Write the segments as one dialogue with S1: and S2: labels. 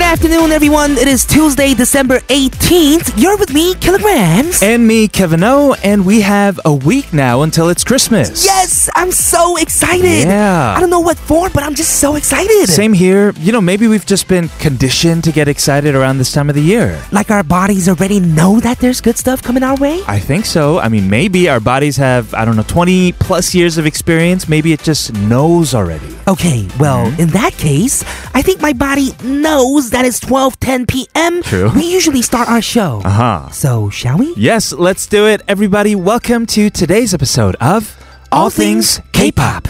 S1: afternoon, everyone. It is Tuesday, December 18th. You're with me, Kilograms.
S2: And me, Kevin O, and we have a week now until it's Christmas.
S1: Yes, I'm so excited.
S2: Yeah.
S1: I don't know what for, but I'm just so excited.
S2: Same here. You know, maybe we've just been conditioned to get excited around this time of the year.
S1: Like our bodies already know that there's good stuff coming our way.
S2: I think so. I mean, maybe our bodies have, I don't know, 20 plus years of experience. Maybe it just knows already.
S1: Okay, well,
S2: Mm-hmm.
S1: in that case, I think my body knows that it's 12:10 p.m.
S2: True.
S1: We usually start our show.
S2: Uh huh.
S1: So, shall we?
S2: Yes, let's do it. Everybody, welcome to today's episode of
S1: All Things K-Pop.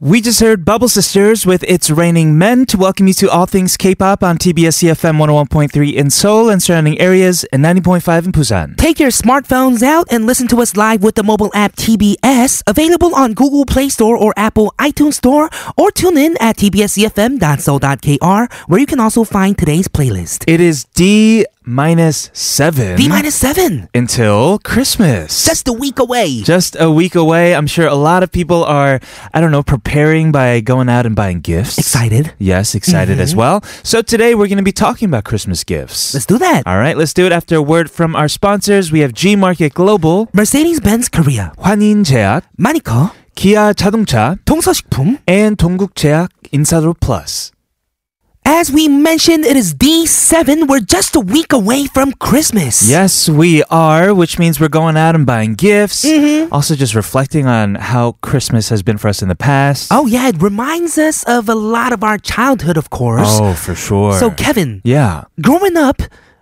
S2: We just heard Bubble Sisters with It's Raining Men to welcome you to All Things K-Pop on TBS CFM 101.3 in Seoul and surrounding areas and 90.5 in Busan.
S1: Take your smartphones out and listen to us live with the mobile app TBS, available on Google Play Store or Apple iTunes Store, or tune in at tbscfm.so.kr, where you can also find today's playlist.
S2: It is D minus 7
S1: D minus seven.
S2: until Christmas.
S1: Just a week away.
S2: Just a week away. I'm sure a lot of people are, I don't know, preparing by going out and buying gifts.
S1: Excited. Mm-hmm.
S2: Yes, excited as well. So today we're going to be talking about Christmas gifts.
S1: Let's do that.
S2: All right, let's do it after a word from our sponsors. We have G Market Global,
S1: Mercedes Benz Korea,
S2: 환인제약,
S1: Manico,
S2: 기아 자동차,
S1: 동서식품.
S2: and 동국제약 인사로 플러스.
S1: As we mentioned, it is D7. We're just a week away from Christmas.
S2: Yes, we are, which means we're going out and buying gifts.
S1: Mm-hmm.
S2: Also, just reflecting on how Christmas has been for us in the past.
S1: Oh, yeah. It reminds us of a lot of our childhood, of course.
S2: Oh, for sure.
S1: So, Kevin,
S2: yeah.
S1: Growing up,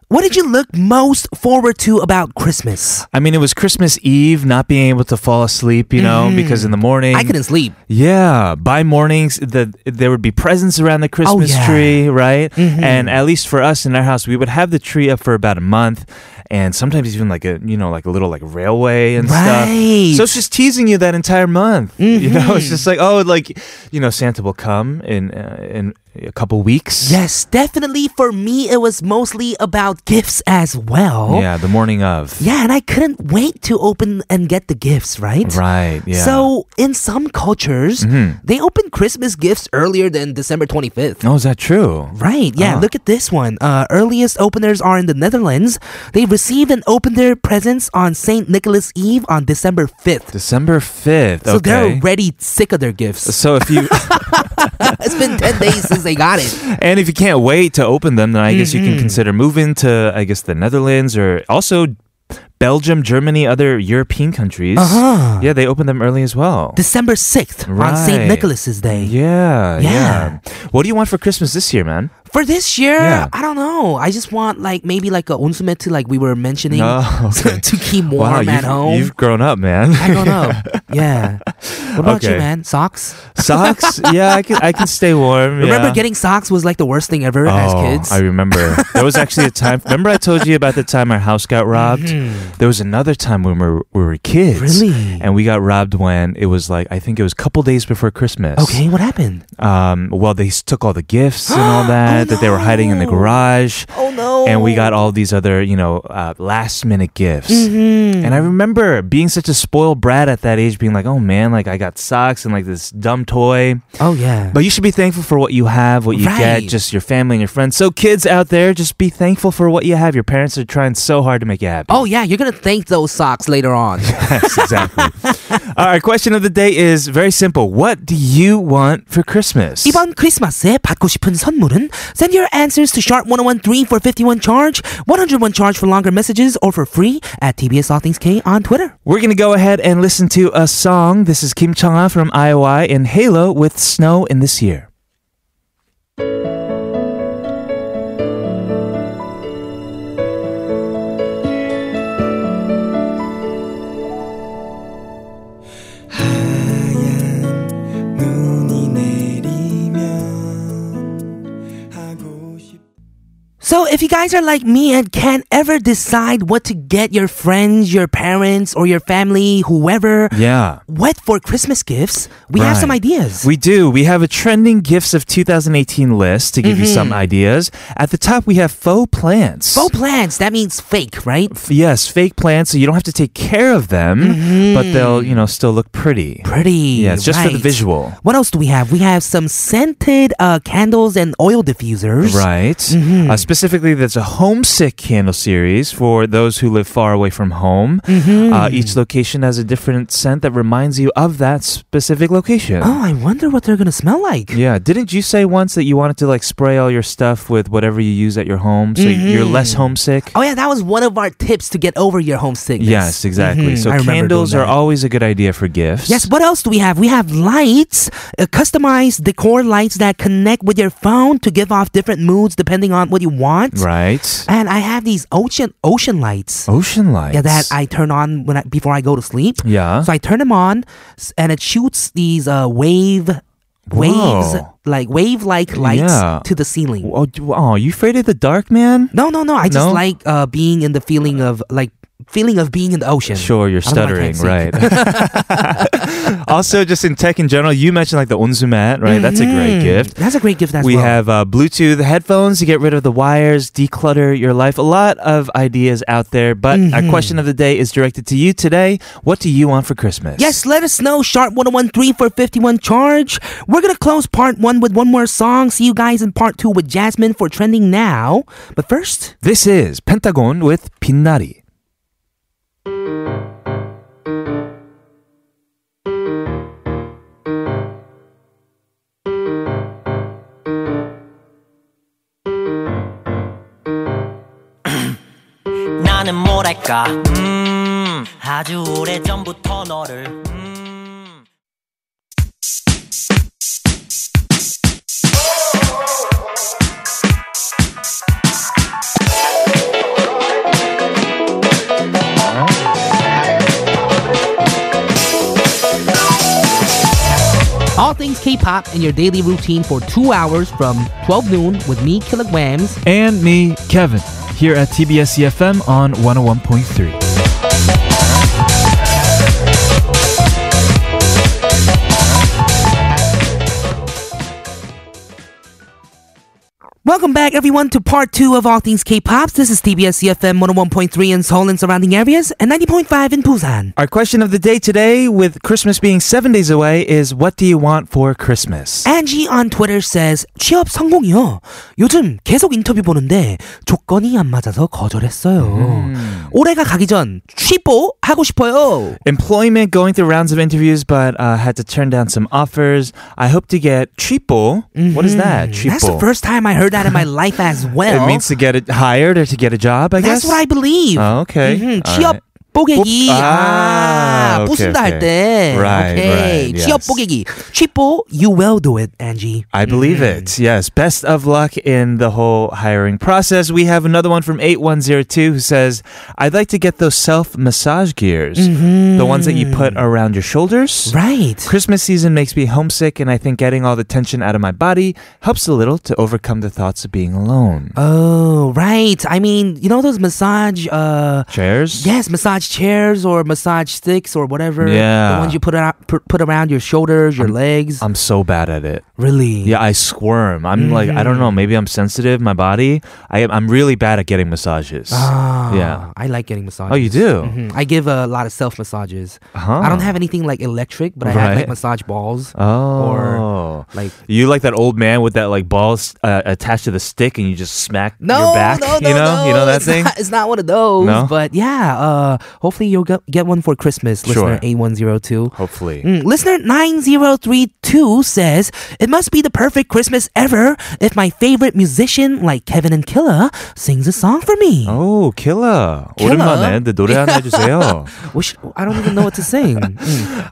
S1: what did you look most forward to about Christmas?
S2: I mean, it was Christmas Eve, not being able to fall asleep, you know, because in the morning,
S1: Mm-hmm. I couldn't sleep.
S2: Yeah, by mornings, the there would be presents around the Christmas
S1: Oh, yeah. Mm-hmm.
S2: tree, right? And at least for us in our house, we would have the tree up for about a month, and sometimes even like a you know like a little like railway and
S1: Right. Mm-hmm.
S2: stuff. So it's just teasing you that entire month. You know, it's just like oh, like you know, Santa will come in uh, in a couple weeks.
S1: Yes, definitely for me, it was mostly about gifts as well.
S2: yeah, the morning of.
S1: Yeah, and I couldn't wait to open and get the gifts, right? Mm-hmm.
S2: Right. Yeah. Hmm.
S1: So, in some cultures, they open Christmas gifts earlier than December 25th.
S2: oh, is that true?
S1: Right, yeah,
S2: Ah.
S1: look at this one. Uh, earliest openers are in the Netherlands. They receive and open their presents on St. Nicholas Eve on December 5th.
S2: December fifth.
S1: So
S2: okay.
S1: they're already sick of their gifts.
S2: so if you.
S1: it's been 10 days since they got it.
S2: And if you can't wait to open them, then I guess you
S1: Mm-hmm.
S2: can consider moving to, I guess, the Netherlands or also Belgium, Germany, other European countries.
S1: Uh-huh.
S2: Yeah, they open them early as well.
S1: December 6th on St.
S2: Right.
S1: Nicholas's Day.
S2: yeah,
S1: Yeah.
S2: yeah, What do you want for Christmas this year, man?
S1: For this year,
S2: Yeah.
S1: I don't know. I just want like maybe like a onsumetu like we were mentioning
S2: Oh, okay.
S1: to keep warm
S2: wow,
S1: at
S2: you've,
S1: home.
S2: you've grown up, man.
S1: I don't know. Yeah. What about you,
S2: Okay.
S1: man? Socks?
S2: Socks? Yeah, I can, I can stay warm.
S1: Remember
S2: yeah.
S1: getting socks was like the worst thing ever as
S2: Oh,
S1: kids?
S2: I remember. There was actually a time. Remember, I told you about the time our house got robbed. There was another time when we were, we were kids,
S1: Mm-hmm. Really?
S2: and we got robbed when it was like I think it was a couple days before Christmas.
S1: okay, what happened?
S2: Um. Well, they s- took all the gifts and all that that they were hiding in the
S1: Oh, no.
S2: garage.
S1: Oh no.
S2: And we got all these other, you know, uh, last minute gifts.
S1: Mm-hmm.
S2: And I remember being such a spoiled brat at that age, being like, oh man, like I got socks and like this dumb toy.
S1: Oh yeah.
S2: But you should be thankful for what you have, what you
S1: Right.
S2: get, just your family and your friends. So, kids out there, just be thankful for what you have. Your parents are trying so hard to make you happy.
S1: oh yeah, you're gonna thank those socks later on.
S2: yes, exactly. All right, question of the day is very simple. What do you want for Christmas?
S1: 이번 크리스마스에 받고 싶은 선물은 send your answers to sharp 1013 for 51 charge, 101 charge for longer messages or for free at TBS All Things K on Twitter.
S2: We're going to go ahead and listen to a song. This is Kim Chang-ah from IOI in Halo with Snow in This Year.
S1: So if you guys are like me and can't ever decide what to get your friends, your parents, or your family, whoever,
S2: Yeah.
S1: what for Christmas gifts, we have
S2: Right.
S1: some ideas.
S2: We do. We have a trending gifts of 2018 list to give you some ideas. At the top, we have faux plants.
S1: Faux plants, that means fake, right?
S2: F- yes, fake plants, so you don't have to take care of them, but they'll, you know, still look pretty.
S1: Pretty.
S2: Yeah, it's just for the
S1: right.
S2: visual.
S1: What else do we have? We have some scented uh, candles and oil diffusers.
S2: Right.
S1: Mm-hmm.
S2: Uh, specifically, there's a homesick candle series for those who live far away from home.
S1: Mm-hmm.
S2: Uh, each location has a different scent that reminds you of that specific location.
S1: Oh, I wonder what they're gonna smell like.
S2: Yeah. Didn't you say once that you wanted to like spray all your stuff with whatever you use at your home so you're less homesick?
S1: Mm-hmm. Oh yeah, that was one of our tips to get over your homesickness.
S2: Yes,
S1: Mhm,
S2: exactly. So
S1: I remember doing
S2: candles are
S1: that.
S2: always a good idea for gifts.
S1: Yes, what else do we have? We have lights, uh, customized decor lights that connect with your phone to give off different moods depending on what you want.
S2: Right. Oh,
S1: And I have these ocean ocean lights.
S2: Ocean lights.
S1: Yeah, that I turn on when I, before I go to sleep.
S2: Yeah.
S1: So I turn them on, s- and it shoots these uh, wave waves,
S2: Whoa.
S1: like wave-like lights
S2: Yeah.
S1: to the ceiling.
S2: Oh, d- oh, you afraid of the dark, man?
S1: No, no, no. I just
S2: No?
S1: like uh, being in the feeling of like feeling of being in the ocean.
S2: Sure, you're
S1: I don't know if I
S2: stuttering,
S1: can
S2: right? also, just in tech in general, you mentioned like the unzumat, right? That's a great gift.
S1: That's a great gift. Mm-hmm. As
S2: we
S1: well.
S2: have uh, Bluetooth headphones to get rid of the wires, declutter your life. A lot of ideas out there, but
S1: Mm-hmm.
S2: our question of the day is directed to you today. What do you want for Christmas?
S1: Yes, let us know. Sharp 1013 for 51 charge. We're going to close part one with one more song. See you guys in part two with Jasmine for Trending Now. But first,
S2: This is Pentagon with Pinnari.
S3: 나는 뭐랄까 음 아주 오래 전부터 너를 음
S1: all things K pop in your daily routine for two hours from 12 noon with me, Kilograms.
S2: And me, Kevin, here at TBS EFM on 101.3.
S1: Welcome back, everyone, to part two of All Things K pop. This is TBS CFM 101.3 in Seoul and surrounding areas and 90.5 in Busan.
S2: Our question of the day today, with Christmas being seven days away, is what do you want for Christmas?
S1: Angie on Twitter says 취업 성공이요. 요즘 계속 인터뷰 보는데 조건이 안 맞아서 거절했어요.
S2: 음.
S1: 올해가 가기 전 취뽀 하고 싶어요.
S2: Employment going through rounds of interviews, but uh, had to turn down some offers. I hope to get triple. What is that? Triple.
S1: That's the first time I heard that in my life as well.
S2: It means to get it hired or to get a job, I
S1: That's
S2: guess.
S1: what I believe.
S2: Oh, okay.
S1: Mhm,
S2: All
S1: 취업
S2: right.
S1: 뽀개기.
S2: 뽀-
S1: 아,
S2: 아, okay,
S1: 부순다 할
S2: okay.
S1: 때.
S2: Right,
S1: okay.
S2: right,
S1: 취업
S2: yes.
S1: 뽀개기. 취뽀, you will do it, Angie.
S2: I believe
S1: Mm-hmm.
S2: it. Yes. Best of luck in the whole hiring process. We have another one from 8102 who says, I'd like to get those self massage gears, the ones that you put around your shoulders.
S1: Mm-hmm. Right.
S2: Christmas season makes me homesick, and I think getting all the tension out of my body helps a little to overcome the thoughts of being alone.
S1: Oh, right. I mean, you know those massage uh
S2: Chairs?
S1: Yes, massage chairs or massage sticks or whatever.
S2: Yeah.
S1: The ones you put around, put, put around your shoulders, your legs.
S2: I'm so bad at it.
S1: really?
S2: Yeah, I squirm. I'm like,
S1: Mm.
S2: I don't know, maybe I'm sensitive, my body. I, am- I'm really bad at getting massages.
S1: Ah,
S2: Yeah.
S1: I like getting massages.
S2: Oh, you do?
S1: Mhm. I give a lot of self massages.
S2: Huh.
S1: I don't have anything like electric, but I have like
S2: Right.
S1: massage balls.
S2: Oh.
S1: like-
S2: you like that old man with that like balls uh, attached to the stick and you just smack
S1: no,
S2: your back,
S1: no, no,
S2: you know?
S1: no,
S2: You know that
S1: it's
S2: thing?
S1: Not, it's not one of those.
S2: No?
S1: But yeah, uh, hopefully you'll get, get one for Christmas, listener
S2: Sure.
S1: 8102.
S2: Hopefully.
S1: Mm, listener 9032 says, It must be the perfect Christmas ever if my favorite musician, like Kevin and Killa, sings a song for me.
S2: Oh, killer.
S1: Killer?
S2: 오랜만에 근데 노래 하나 해주세요.
S1: We should- I don't even know what to sing. Mm,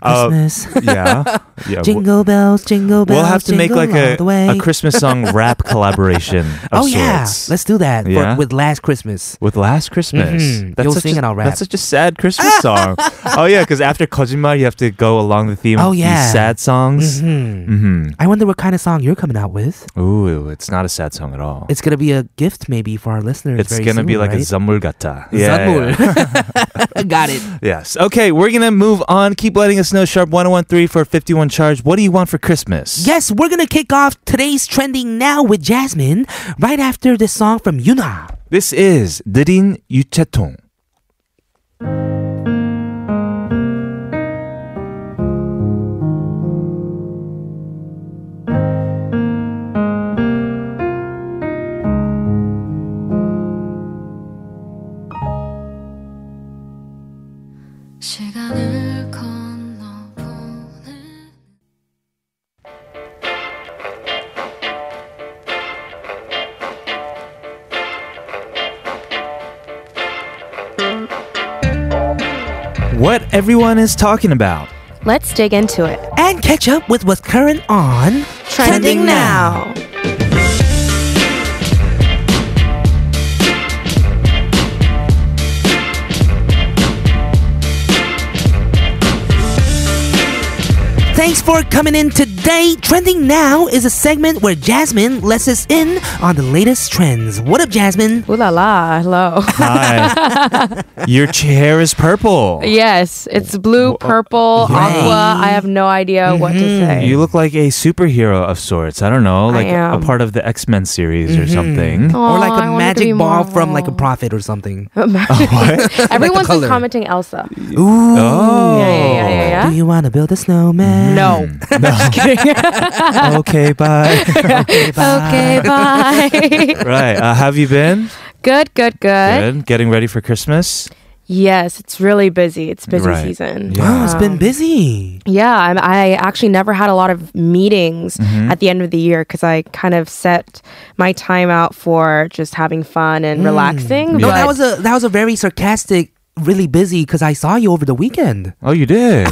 S2: Uh,
S1: Christmas.
S2: yeah. yeah. wh-
S1: jingle bells, jingle bells.
S2: We'll have to make
S1: jingle
S2: like
S1: all
S2: a,
S1: the way.
S2: a Christmas song rap collaboration. Of
S1: Oh, yeah.
S2: sorts.
S1: Let's do that for-
S2: Yeah?
S1: with Last Christmas.
S2: with Last Christmas.
S1: Mhm. You'll
S2: such
S1: sing
S2: a,
S1: and I'll rap.
S2: That's such a sad Christmas song. oh yeah, because after Kojima, you have to go along the theme.
S1: Oh,
S2: of
S1: yeah.
S2: these sad songs. Mm-hmm.
S1: I wonder what kind of song you're coming out with.
S2: Ooh, it's not a sad song at all.
S1: It's gonna be a gift maybe for our listeners.
S2: It's
S1: very
S2: gonna be
S1: soon,
S2: like a
S1: right?
S2: zamulgata.
S1: Zadmur. Got it.
S2: Yes. Okay, we're gonna move on. Keep letting us know. Sharp 1013 for 51 charge. What do you want for Christmas?
S1: Yes, we're gonna kick off today's trending now with Jasmine right after this song from Yuna.
S2: This is 느린 유채통.
S4: 시간을 건너 보내
S2: What everyone is talking about.
S5: Let's dig into it.
S1: And catch up with what's current on
S5: Trending now.
S1: Thanks for coming in today. Trending Now is a segment where Jasmine lets us in on the latest trends. What up, Jasmine?
S5: Ooh la la, hello.
S2: Hi. Your chair is purple.
S5: yes, it's blue, purple, aqua. I have no idea what to
S1: Mm-hmm.
S5: say.
S2: You look like a superhero of sorts. I don't know, like a
S5: am. Mm-hmm. Oh.
S2: part of the X Men series or something.
S1: or like
S5: Aw, I
S1: a
S5: wanted to be Oh.
S1: magic ball from like a
S5: Marvel.
S1: prophet or something.
S5: Everyone's
S1: color.
S5: been commenting Elsa.
S1: Ooh.
S2: Oh. Hmm.
S5: Yeah, yeah, yeah, yeah, yeah.
S1: Do you want to build a snowman?
S5: No. Just kidding.
S2: okay, bye.
S5: okay, bye.
S2: right. Uh, have you been?
S5: good, good, good.
S2: Good. Getting ready for Christmas?
S5: Yes, it's really busy. It's busy
S2: Right.
S5: season.
S2: Yeah.
S1: Oh, it's been busy.
S5: Yeah, I'm, I actually never had a lot of meetings
S1: Mm-hmm.
S5: at the end of the year because I kind of set my time out for just having fun
S1: Mm.
S5: and relaxing.
S1: No,
S5: but-
S1: that was a that was a very sarcastic, really busy because I saw you over the weekend.
S2: Oh, you did.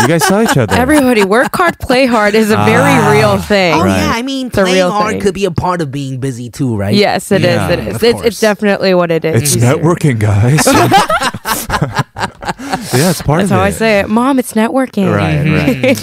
S2: you guys saw each other.
S5: everybody work hard, play hard is a very
S2: Ah,
S5: real thing.
S1: Oh
S2: Right.
S1: yeah, I mean
S5: It's a
S1: playing
S5: real
S1: hard
S5: thing.
S1: could be a part of being busy too, right?
S5: Yes, it is.
S2: Yeah,
S5: It
S2: of
S5: is. It's,
S2: course.
S5: it's definitely what it is.
S2: It's
S5: These are-
S2: networking, guys. yeah, it's part
S5: That's
S2: of
S5: how
S2: it.
S5: I say it, Mm-hmm. Mom. It's networking.
S2: Right, right.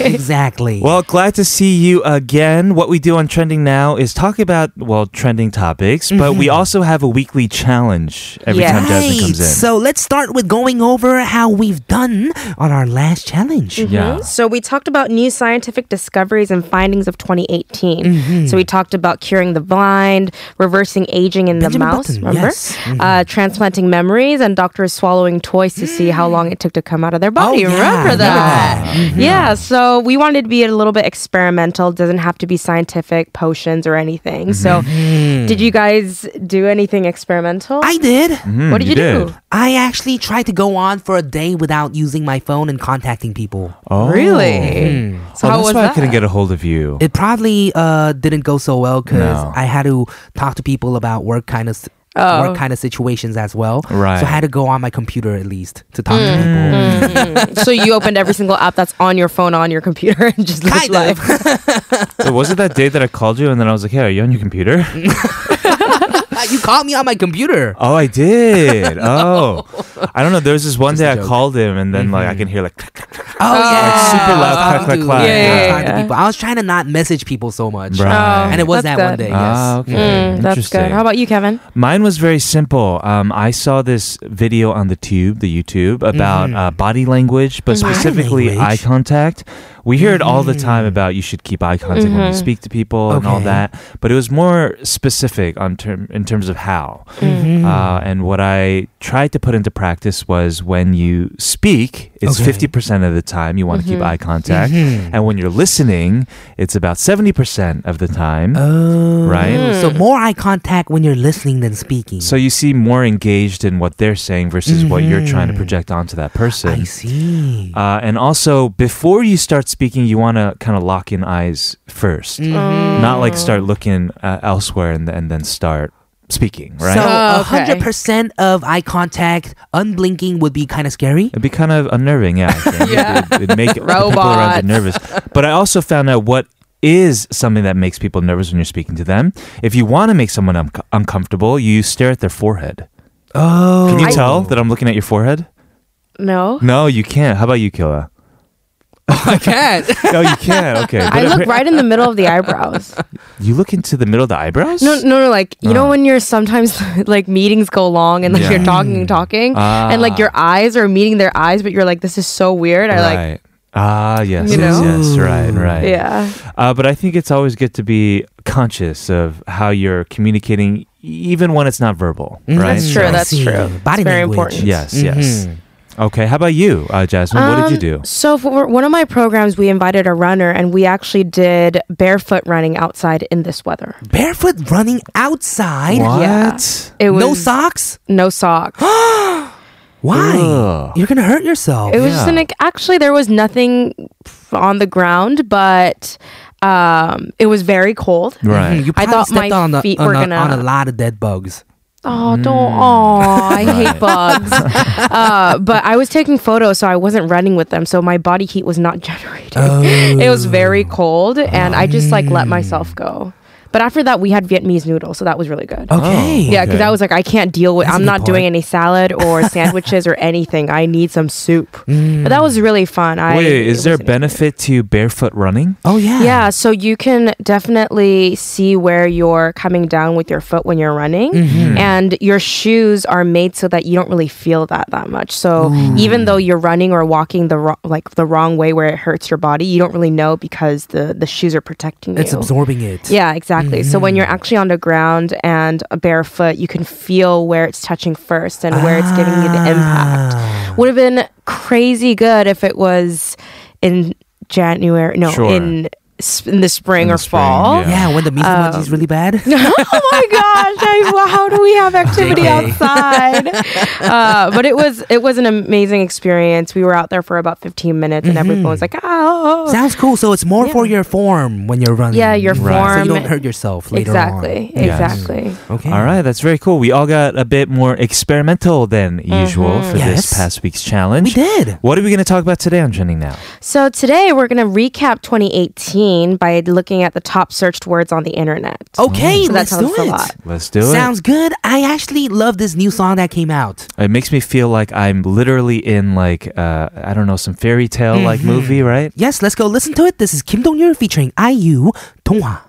S1: exactly.
S2: Well, glad to see you again. What we do on Trending Now is talk about, well, trending topics, but we
S5: Mm-hmm.
S2: also have a weekly challenge every
S5: Yeah.
S2: time Jasmine comes in.
S1: So let's start with going over how we've done on our last challenge.
S5: Mm-hmm.
S2: yeah.
S5: So we talked about new scientific discoveries and findings of 2018. So we talked about curing the blind, reversing aging in
S1: Benjamin
S5: the mouse,
S1: Button,
S5: remember?
S1: yes.
S5: Uh, transplanting memories and doctors swallowing toys to see how long it took to come out of their body.
S1: yeah,
S5: remember
S1: I remember
S5: that? Mm-hmm. Yeah. So we wanted to be a little bit experimental. Doesn't have to be scientific potions or anything. So did you guys do anything experimental?
S1: I did.
S5: what did
S2: you
S5: you,
S2: did.
S5: do?
S1: I actually tried to go on for a day without using my phone and contacting people.
S2: Oh.
S5: Really? So
S2: oh,
S5: how
S2: that's
S5: was
S2: why
S5: that?
S2: I couldn't get a hold of you.
S1: It probably uh, didn't go so well because
S2: No.
S1: I had to talk to people about work kind of.
S5: Oh.
S1: Work kind of situations as well.
S2: Right.
S1: So I had to go on my computer at least to talk
S5: Mm.
S1: to people.
S5: so you opened every single app that's on your phone on your computer and just lived
S1: Kind of.
S5: life.
S2: so was it that day that I called you and then I was like, hey, are you on your computer?
S1: you called me on my computer.
S2: Oh, I did. Oh, I don't know. There was this one
S1: Just a
S2: day I
S1: joke.
S2: called him, and then like I
S5: Mm-hmm.
S2: can hear like
S1: Oh, yeah.
S2: Like super
S1: I was
S2: loud
S1: talking
S2: clack,
S1: to-
S2: clack, clack.
S1: I was
S5: Yeah, yeah,
S1: talking to
S5: yeah.
S1: people. I was trying to not message people so much.
S2: Right.
S1: And it was that
S5: Oh, That's
S1: one
S5: good.
S1: day.
S2: Ah,
S1: Yes.
S2: okay.
S5: Mm, that's
S2: Interesting.
S5: good. How about you, Kevin?
S2: Mine was very simple. Um, I saw this video on the tube, the YouTube, about uh, body language, but specifically
S1: Mm-hmm. Body
S2: eye
S1: language? Mm-hmm.
S2: contact. We hear it all the time about you should keep eye contact when you speak to people and all
S1: Okay.
S2: that, but it was more specific on term in terms of how.
S1: Mm-hmm.
S2: Uh, and what I tried to put into practice was when you speak,
S1: Okay.
S2: it's
S1: Mm-hmm.
S2: fifty percent of the time you want to keep eye contact, and when you're listening, it's about seventy percent of the time.
S1: Oh.
S2: Right?
S1: So
S5: Hmm.
S1: more eye contact when you're listening than speaking.
S2: So you see more engaged in what they're saying versus what you're trying to project onto that
S1: Mm-hmm. I
S2: person.
S1: see.
S2: Uh, and also, before you start speaking, you want to kind of lock in eyes 1st
S1: Mm-hmm.
S2: not like start looking uh, elsewhere and, and then start speaking, right?
S1: So
S5: Oh,
S1: a
S5: okay.
S1: 100% of eye contact, unblinking would be kind of scary.
S2: It'd be kind of unnerving, yeah. I think.
S5: Yeah.
S2: It'd, it'd make people around
S5: Robots.
S2: you nervous. But I also found out what is something that makes people nervous when you're speaking to them. If you want to make someone un- uncomfortable, you stare at their forehead.
S1: Oh.
S2: Can you tell that I'm looking at your forehead?
S5: No.
S2: No, you can't. How about you, Killa?
S1: I can't.
S2: No, you can't. Okay.
S5: I
S2: But
S5: look right in the middle of the eyebrows.
S2: You look into the middle of the eyebrows?
S5: No, no, no. Like you know
S2: Uh.
S5: when you're sometimes like meetings go long and like
S2: Yeah.
S1: Mm.
S5: you're talking and talking,
S1: Uh.
S2: Ah,
S5: and like your eyes are meeting their eyes, but you're like, this is so weird. I like,
S2: Right. Ah, yes,
S5: You
S2: yes,
S5: know?
S2: yes, right, right.
S5: yeah,
S2: Uh, but I think it's always good to be conscious of how you're communicating, even when it's not verbal, right?
S5: That's true,
S2: So-
S5: that's
S1: I see.
S5: true.
S1: Body
S5: It's very
S1: language. Mm-hmm.
S5: important.
S2: Yes, yes. Okay, how about you, uh, Jasmine? what did you do?
S5: Um, So for one of my programs, we invited a runner, and we actually did barefoot running outside in this weather.
S1: Barefoot running outside.
S2: What?
S5: yeah. It was
S1: No socks?
S5: no socks.
S1: Why?
S2: Ugh.
S1: You're gonna hurt yourself.
S5: It was just an actually there was nothing f- on the ground, but um, it was very cold.
S1: Mhm,
S2: Right.
S1: You probably
S5: I thought
S1: stepped
S5: my
S1: on, a,
S5: feet
S1: on,
S5: were
S1: a,
S5: gonna-
S1: on a lot of dead bugs.
S5: Oh, don't!
S1: Mm.
S5: Oh, I
S2: Right.
S5: hate bugs. uh, but I was taking photos, so I wasn't running with them, so my body heat was not generated.
S1: Oh.
S5: It was very cold, and I just like let myself go. But after that, we had Vietnamese noodles, so that was really
S1: Okay.
S5: good.
S2: Oh,
S5: Yeah, because I was like, I can't deal with.
S1: That's a
S5: I'm
S1: good
S5: not doing
S1: point.
S5: any salad or sandwiches or anything. I need some soup. But
S1: Mm.
S5: that was really fun. I,
S2: Wait, is
S5: it
S2: there a
S5: was
S2: benefit to barefoot running?
S1: Oh yeah.
S5: Yeah, so you can definitely see where you're coming down with your foot when you're running,
S1: Mm-hmm.
S5: and your shoes are made so that you don't really feel that that much. So even though you're running or walking the wrong, like the wrong way where it hurts your body, you don't really know because the the shoes are protecting
S1: It's
S5: you.
S1: absorbing it.
S5: yeah, exactly. So when you're
S2: Mm.
S5: actually on the ground and barefoot, you can feel where it's touching first and where it's giving you the impact
S1: Ah.
S5: would have been crazy good if it was in January. No,
S2: Sure.
S5: in s- in the
S2: In
S5: spring or
S2: the spring,
S5: fall.
S1: Yeah,
S2: yeah.
S1: when the meat um, is really bad.
S5: oh my gosh! I, well, how do we have activity
S1: JK.
S5: outside? Uh, but it was it was an amazing experience. We were out there for about 15 minutes, and
S2: Mm-hmm.
S5: everyone was like, "Oh,
S1: Sounds cool. So it's more for your form when you're running.
S5: yeah, your
S1: So
S2: Right.
S5: form."
S1: you don't hurt yourself later
S5: oh."
S1: on.
S5: exactly,
S2: Yes.
S5: exactly.
S1: Okay.
S2: All right, that's very cool. We all got a bit more experimental than usual for
S1: Mm-hmm. Yes.
S2: this past week's challenge.
S1: We did.
S2: What are we going to talk about today on Trending Now?
S5: So today we're gonna recap 2018 by looking at the top searched words on the internet.
S2: Oh,
S1: Okay,
S5: So
S1: let's
S5: that tells
S1: do
S5: us
S1: it.
S5: a lot.
S2: Let's do it.
S1: Sounds good. I actually love this new song that came out.
S2: It makes me feel like I'm literally in like uh, I don't know some fairy tale like
S1: Mm-hmm.
S2: movie, right?
S1: Yes, let's go listen to it. This is Kim Dong Yul featuring IU Donghwa.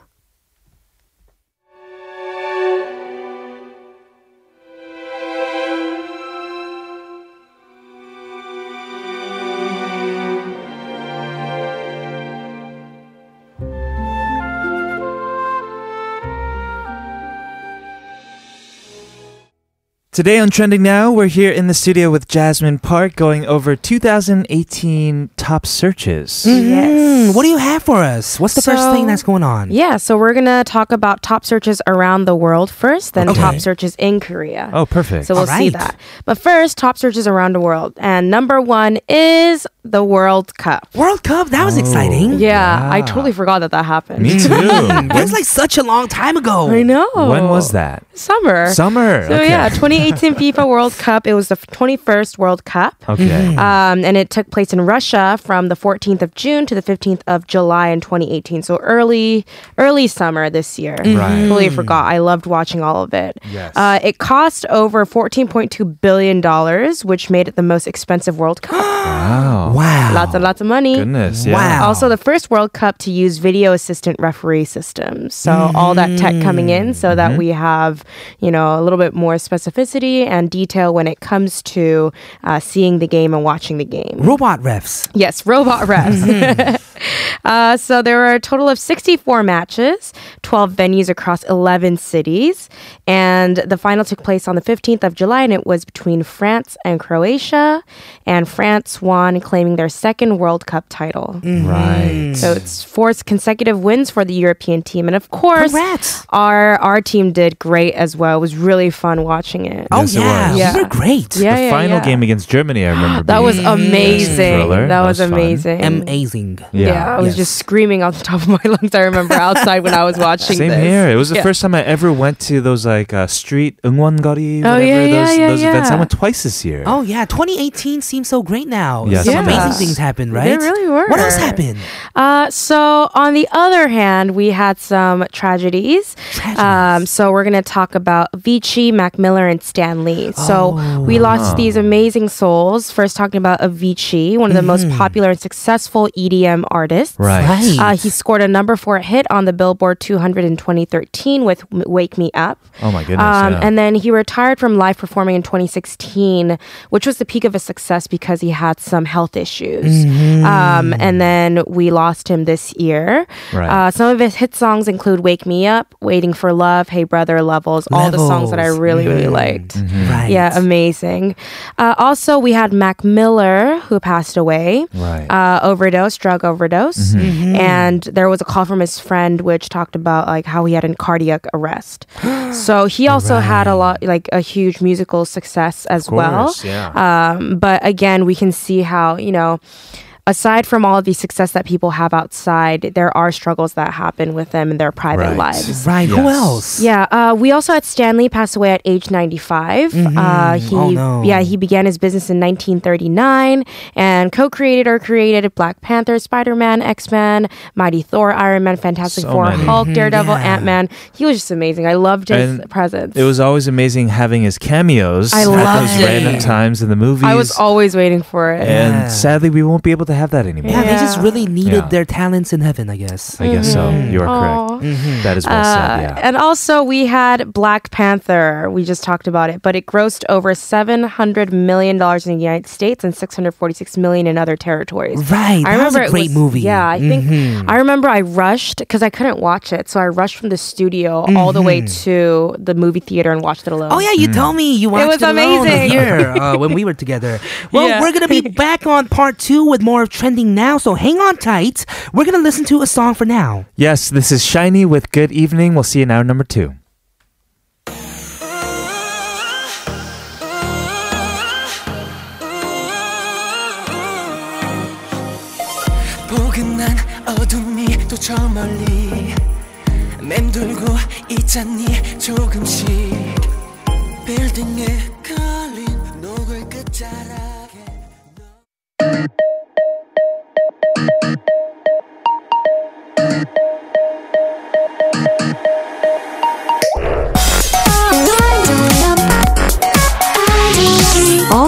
S2: Today on Trending Now, we're here in the studio with Jasmine Park going over 2018 top searches.
S5: Yes.
S1: Hmm, what do you have for us? What's the first
S5: So-
S1: thing that's going on?
S5: Yeah, so we're gonna talk about top searches around the world first, then
S1: Okay.
S5: top searches in Korea.
S2: Oh, perfect.
S5: So we'll see
S1: Alright.
S5: that. But first, top searches around the world. And number one is the World Cup.
S1: World Cup, that was
S2: Oh.
S1: exciting.
S5: Yeah, I totally forgot that that happened.
S2: me too.
S1: That was like such a long time ago.
S5: I know.
S2: when was that?
S5: Oh. Summer.
S2: Summer.
S5: So
S2: okay.
S5: yeah, 2018 FIFA World Cup. It was the f- 21st World Cup.
S2: Okay.
S1: Mm-hmm.
S5: Um, and it took place in Russia from the 14th of June to the 15th of July in 2018. So early, early summer this year.
S2: Right.
S5: Totally forgot. I loved watching all of it.
S2: Yes.
S5: Uh, it cost over 14.2 billion dollars, which made it the most expensive World Cup.
S2: Wow.
S1: Wow.
S5: lots and lots of money.
S2: Goodness. Yeah.
S1: Wow.
S5: Also, the first World Cup to use video assistant referee systems. So all that
S2: Mm.
S5: tech coming in, so
S2: Mm-hmm.
S5: that we have, you know, a little bit more specificity and detail when it comes to uh, seeing the game and watching the game.
S1: Robot refs.
S5: Yes, robot refs. uh, so there were a total of 64 matches, 12 venues across 11 cities. And the final took place on the 15th of July, and it was between France and Croatia. And France won, claiming their second World Cup title.
S2: Mm.
S1: Mm-hmm.
S2: Right.
S5: So it's four consecutive wins for the European team. And of course,
S1: Congrats.
S5: our, our team did great as well. It was really fun watching it.
S1: Oh
S2: Yes, it
S1: yeah.
S2: was.
S5: Yeah.
S1: You were great.
S5: Yeah,
S2: the
S5: yeah,
S2: final
S5: yeah.
S2: game against Germany, I remember.
S5: That
S2: being
S5: was
S2: a
S5: amazing.
S2: thriller.
S5: That, was,
S2: fun.
S5: amazing.
S1: Amazing.
S2: Yeah.
S5: Yeah, I was
S1: Yes.
S5: just screaming off the top of my lungs. I remember outside when I was watching
S2: Same
S5: this.
S2: here. It was the
S5: Yeah.
S2: first time I ever went to those like uh, street 응원거리, whatever
S5: Oh, yeah, yeah,
S2: those
S5: yeah,
S2: those events. I
S5: yeah.
S2: went twice this year.
S1: Oh yeah, 2018 seems so great now.
S2: Yeah,
S1: Some of amazing
S5: Yeah.
S1: things happened, right?
S5: There really were.
S1: What else happened?
S5: Uh, so, on the other hand, we had some tragedies. Um, so, we're going to talk about Avicii, Mac Miller, and Stan Lee. So, we
S2: Oh,
S5: lost these amazing souls. First, talking about Avicii, one of the most popular and successful EDM artists.
S2: Mm-hmm. Right.
S5: Uh, he scored a number four hit on the Billboard 200 in 2013 with M- Wake Me Up.
S2: Oh my goodness.
S5: Um,
S2: yeah.
S5: And then he retired from live performing in 2016, which was the peak of his success because he had some health issues.
S2: Mm-hmm.
S5: Um, and then we lost him this year.
S2: Right.
S5: Uh, some of his hit songs include Wake Me Up, Waiting for Love, Hey Brother, Levels, all the songs that I
S1: Levels.
S5: really, really
S2: Mm-hmm.
S1: Mhm.
S5: liked.
S1: Right.
S5: Um, Yeah, amazing. Uh, also, we had Mac Miller, who passed away.
S2: Right.
S5: Uh, overdose, drug overdose.
S2: Mm-hmm.
S5: And there was a call from his friend which talked about like how he had a cardiac arrest. so he also had a lot, like a huge musical success as well.
S2: course, yeah.
S5: Um, but again, we can see how, you know, aside from all of the success that people have outside, there are struggles that happen with them in their private
S2: Right.
S5: lives.
S1: Right. Who
S2: Yes.
S1: else?
S5: Yeah, uh, we also had Stanley pass away at age 95.
S2: Mm-hmm.
S5: Uh, he,
S1: Oh, no.
S5: Yeah, he began his business in 1939 and co-created or created Black Panther, Spider-Man, X-Men, Mighty Thor, Iron Man, Fantastic
S2: So
S5: Four,
S2: many. Mm-hmm.
S5: Hulk, Daredevil,
S1: yeah.
S5: Ant-Man. He was just amazing. I loved his
S2: And
S5: presence.
S2: it was always amazing having his cameos
S5: I
S2: at
S5: loved
S2: those
S5: it.
S2: random times in the movies.
S5: I was always waiting for it.
S2: and
S1: Yeah.
S2: sadly, we won't be able to have that anymore.
S1: Yeah, they just
S5: Yeah.
S1: really needed
S2: Yeah.
S1: their talents in heaven, I guess.
S2: I guess so. You are correct.
S1: Mm-hmm.
S2: That is well
S5: Mm-hmm. Uh,
S2: said. Yeah.
S5: And also, we had Black Panther. We just talked about it, but it grossed over seven hundred million dollars in the United States and six hundred forty-six million in other territories.
S1: Right.
S5: I
S1: that was
S5: remember
S1: a
S5: it
S1: great movie. Mm-hmm.
S5: Yeah, I think I remember I rushed because I couldn't watch it, so I rushed from the studio all the way to the movie theater and watched it alone.
S1: Mm-hmm. Oh yeah,
S2: Mm.
S1: you told me you watched
S5: was
S1: it alone
S5: amazing.
S1: here uh, when we were together. Well,
S5: Yeah.
S1: we're gonna be back on part two with more of trending now. So hang on tight. We're gonna listen to a song for now.
S2: Yes, this is Shiny with Good Evening. We'll see you in hour number two.
S6: 포근한 어둠이 또 저 멀리 맴돌고 있잖니 조금씩 빌딩에 걸린 노을 끝자락에
S7: All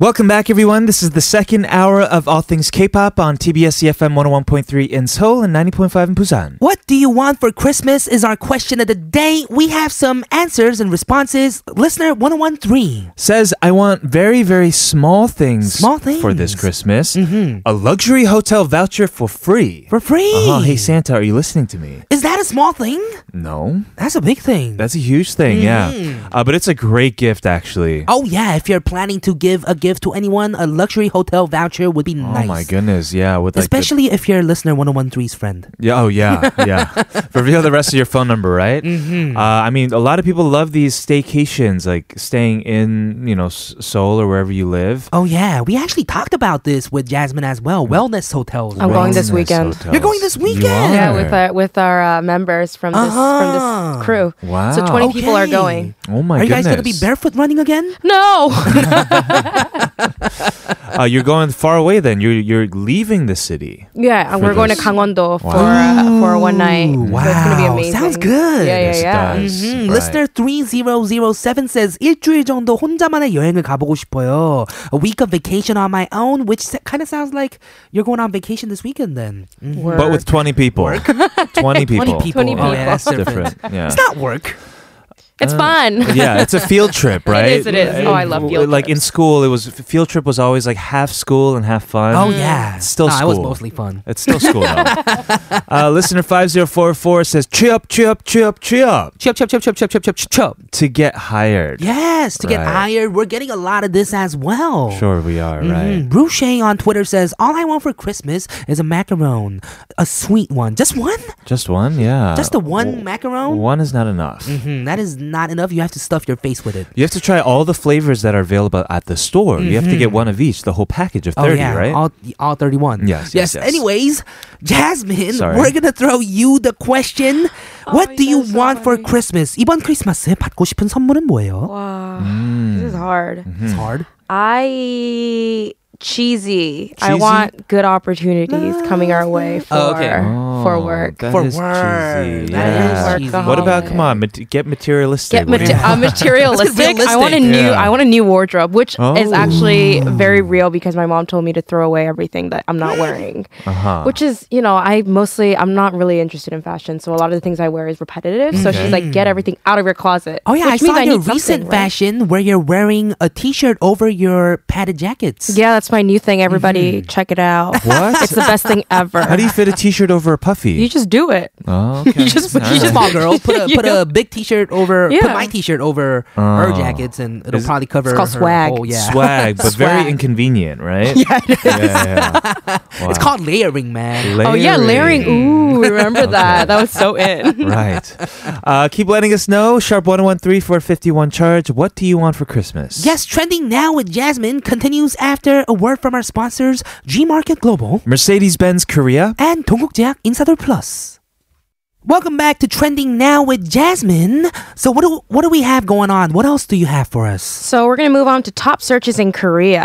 S2: Welcome back, everyone. This is the second hour of All Things K-pop on TBS EFM 101.3 in Seoul and 90.5 in Busan.
S1: What do you want for Christmas is our question of the day. We have some answers and responses. Listener 1013.
S2: Says, I want very, very small things,
S1: Small
S2: for this
S1: things.
S2: Christmas. A luxury hotel voucher for free.
S1: For free.
S2: Uh-huh. Hey, Santa, are you listening to me?
S1: Is that a small thing?
S2: No.
S1: That's a big thing.
S2: That's a huge thing, yeah. Uh, but it's a great gift, actually.
S1: Mm-hmm. Oh yeah, if you're planning to give a gift to anyone, a luxury hotel voucher would be nice.
S2: Oh my goodness, yeah. With like the-
S1: Especially if you're listener 1013's friend.
S2: Yeah. Oh, yeah. Yeah. Reveal the rest of your phone number, right? Mm-hmm. Uh, I mean, a lot of people love these staycations, like staying in, you know, S- Seoul or wherever you live.
S1: Oh yeah, we actually talked about this with Jasmine as well. Wellness hotels.
S5: I'm going this
S2: Wellness
S5: weekend.
S2: hotels.
S1: You're going this
S2: You
S1: weekend?
S2: are?
S5: Yeah, with our with our uh, members from this from
S1: Uh-huh.
S5: this crew.
S2: Wow.
S5: So twenty people are
S1: Okay.
S5: going.
S2: Oh my
S1: Are you
S2: goodness!
S1: guys gonna be barefoot running again?
S5: No.
S2: Uh, you're going far away. Then you're you're leaving the city.
S5: yeah, and
S2: For
S5: we're going to
S2: this.
S5: Gangwon-do for uh, for one night.
S1: Ooh,
S5: So it's gonna be
S1: wow.
S5: amazing.
S1: Sounds good.
S5: Yeah, yeah,
S2: Yes, it
S5: yeah.
S2: does.
S1: 음,
S2: Right.
S1: Mm-hmm. Listener 3007 says 일주일 정도 혼자만의 여행을 가보고 싶어요. A week of vacation on my own, which kind of sounds like you're going on vacation this weekend then. Mhm.
S2: But with 20 people. 20 people.
S1: 20 people.
S2: Oh,
S5: 20 people.
S1: yeah, that's different.
S2: different. Yeah.
S1: It's not work.
S5: It's fun.
S2: uh, yeah, it's a field trip, right?
S5: is, it is. Oh, I love field
S2: Like in school, it was field trip was always like half school and half fun.
S1: Oh yeah,
S2: It's still
S1: no, It was
S2: school.
S1: mostly fun.
S2: It's still school though. uh, listener five zero four four says, "Cheer up, cheer up, cheer up, cheer up
S1: Chop chop chop chop chop chop chop chop.
S2: to get hired."
S1: Yes, to get
S2: Right.
S1: hired, we're getting a lot of this as well.
S2: Sure, we are right.
S1: Mm, Ruche on Twitter says, "All I want for Christmas is a macaron, a sweet one, just one,
S2: Just one, yeah. oh.
S1: just the one macaron.
S2: One is not enough.
S1: Hmm, that is not enough, you have to stuff your face with it.
S2: You have to try all the flavors that are available at the store. You have to get one of each, the whole package of 30,
S1: oh, yeah.
S2: right?
S1: All, all 31.
S2: Yes, yes, yes.
S1: Anyways, Jasmine,
S2: Sorry.
S1: we're going to throw you the question. what do you
S5: 이거
S1: want for
S5: sorry.
S1: Christmas? 이번 크리스마스에 받고 싶은 선물은 뭐예요?
S5: Wow, this is hard.
S2: Mm-hmm. Hmm.
S1: It's hard.
S5: I cheesy. I
S2: Cheesy?
S5: want good opportunities coming our way for
S1: Oh, okay.
S5: for
S2: Oh,
S5: work.
S2: that
S1: For
S2: is
S1: work.
S2: cheesy.
S1: That
S2: Yeah.
S5: is
S2: What about
S5: workaholic.
S2: come on, mat- get materialistic.
S5: Get
S2: What do you
S5: mate- uh, materialistic. I want a
S1: realistic.
S5: new.
S2: Yeah.
S5: I want a new wardrobe, which is
S2: Oh.
S5: actually very real because my mom told me to throw away everything that I'm not wearing.
S2: Uh-huh.
S5: Which is, you know, I mostly I'm not really interested in fashion, so a lot of the things I wear is repetitive. So she's like,
S2: Mm.
S5: get everything out of your closet.
S1: Oh, yeah.
S5: which
S1: I saw
S5: means
S1: your
S5: need something,
S1: recent
S5: right?
S1: fashion where you're wearing a t shirt over your padded jackets.
S5: Yeah, that's my new thing. Everybody, check it out.
S2: Mm. What?
S5: It's the best thing ever.
S2: How do you fit a t-shirt over a puffy?
S5: You just do it.
S2: oh, okay.
S5: You just, you
S2: Alright.
S5: just
S1: Small girl, put a put a big T-shirt over, put
S5: Yeah.
S1: my T-shirt over her jackets, and it'll probably cover.
S5: called
S1: her
S5: swag.
S1: Whole, yeah,
S2: swag, but very
S5: Swag.
S2: inconvenient, right? Yeah, yeah, yeah.
S1: it's called
S2: Wow.
S1: layering, man.
S5: Oh yeah, layering. Ooh, remember that? That was so in.
S2: right. Uh, keep letting us know. Sharp oh 113 for 51 charge. What do you want for Christmas?
S1: Yes, trending now with Jasmine continues after a word from our sponsors, G Market Global
S2: Mercedes Benz Korea.
S1: and 동국제약 Insider Plus. Welcome back to Trending Now with Jasmine. So what do what do we have going on? What else do you have for us?
S5: So we're gonna move on to top searches in Korea.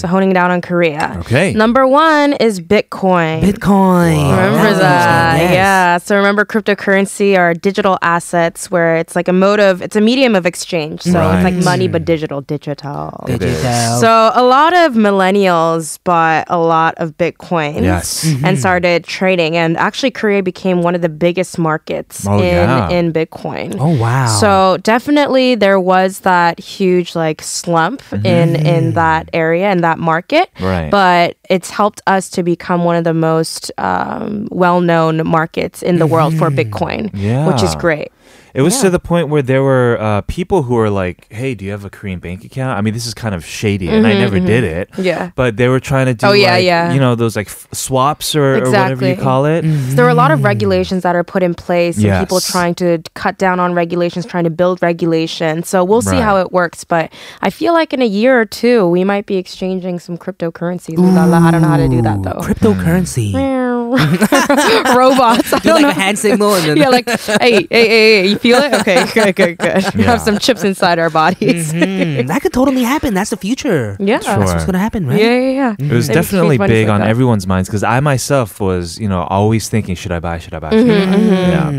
S5: So honing down on Korea.
S2: Mm-hmm. Okay.
S5: Number one is Bitcoin.
S1: Bitcoin.
S5: Remember
S1: That's
S2: Oh,
S5: that,
S1: interesting, yes.
S5: yeah. So remember, cryptocurrency are digital assets where it's like a mode of, it's a medium of exchange. So it's like
S2: Right.
S5: money, but digital, digital.
S1: Digital.
S5: So a lot of millennials bought a lot of bitcoins
S2: Yes. Mm-hmm.
S5: and started trading, and actually Korea became one of the biggest markets
S2: Oh,
S5: in
S2: yeah.
S5: in Bitcoin.
S1: oh wow.
S5: So definitely there was that huge like slump in in that area in that market.
S2: Mm-hmm. Right.
S5: But it's helped us to become one of the most um, well-known markets in the world for Bitcoin, which is
S2: Mm-hmm. Yeah.
S5: great.
S2: It was to the point where there were uh, people who were like, "Hey, do you have a Korean bank account?" I mean, this is kind of shady, and I never did it.
S5: Mm-hmm, Yeah.
S2: But they were trying to do,
S5: Oh, yeah,
S2: like,
S5: yeah.
S2: you know, those like f- swaps or, or whatever you
S5: Exactly. Mm-hmm.
S2: call it.
S5: So there were a lot of regulations that are put in place and people
S2: Mm. Yes.
S5: trying to cut down on regulations, trying to build regulation. So we'll see
S2: Right.
S5: how it works. But I feel like in a year or two, we might be exchanging some cryptocurrencies. Ooh, I don't know how to do that though.
S1: cryptocurrency.
S5: Robots. I
S1: Do
S5: don't
S1: like a
S5: know.
S1: hand signal and then
S5: yeah, like, hey, hey, hey, hey, you feel it? Okay, good, good, good. We have some chips inside our bodies.
S1: Hmm, that could totally happen. That's the future.
S5: Yeah.
S1: That's what's
S2: Sure.
S1: gonna happen, right? Mm-hmm.
S5: Yeah, yeah, yeah.
S2: It was
S5: They would
S2: definitely
S5: exchange money
S2: big
S5: for
S2: on
S5: that.
S2: everyone's minds because I myself was, you know, always thinking, "Should I buy? Should I buy?"
S5: Mm-hmm,
S2: Should I buy? Yeah.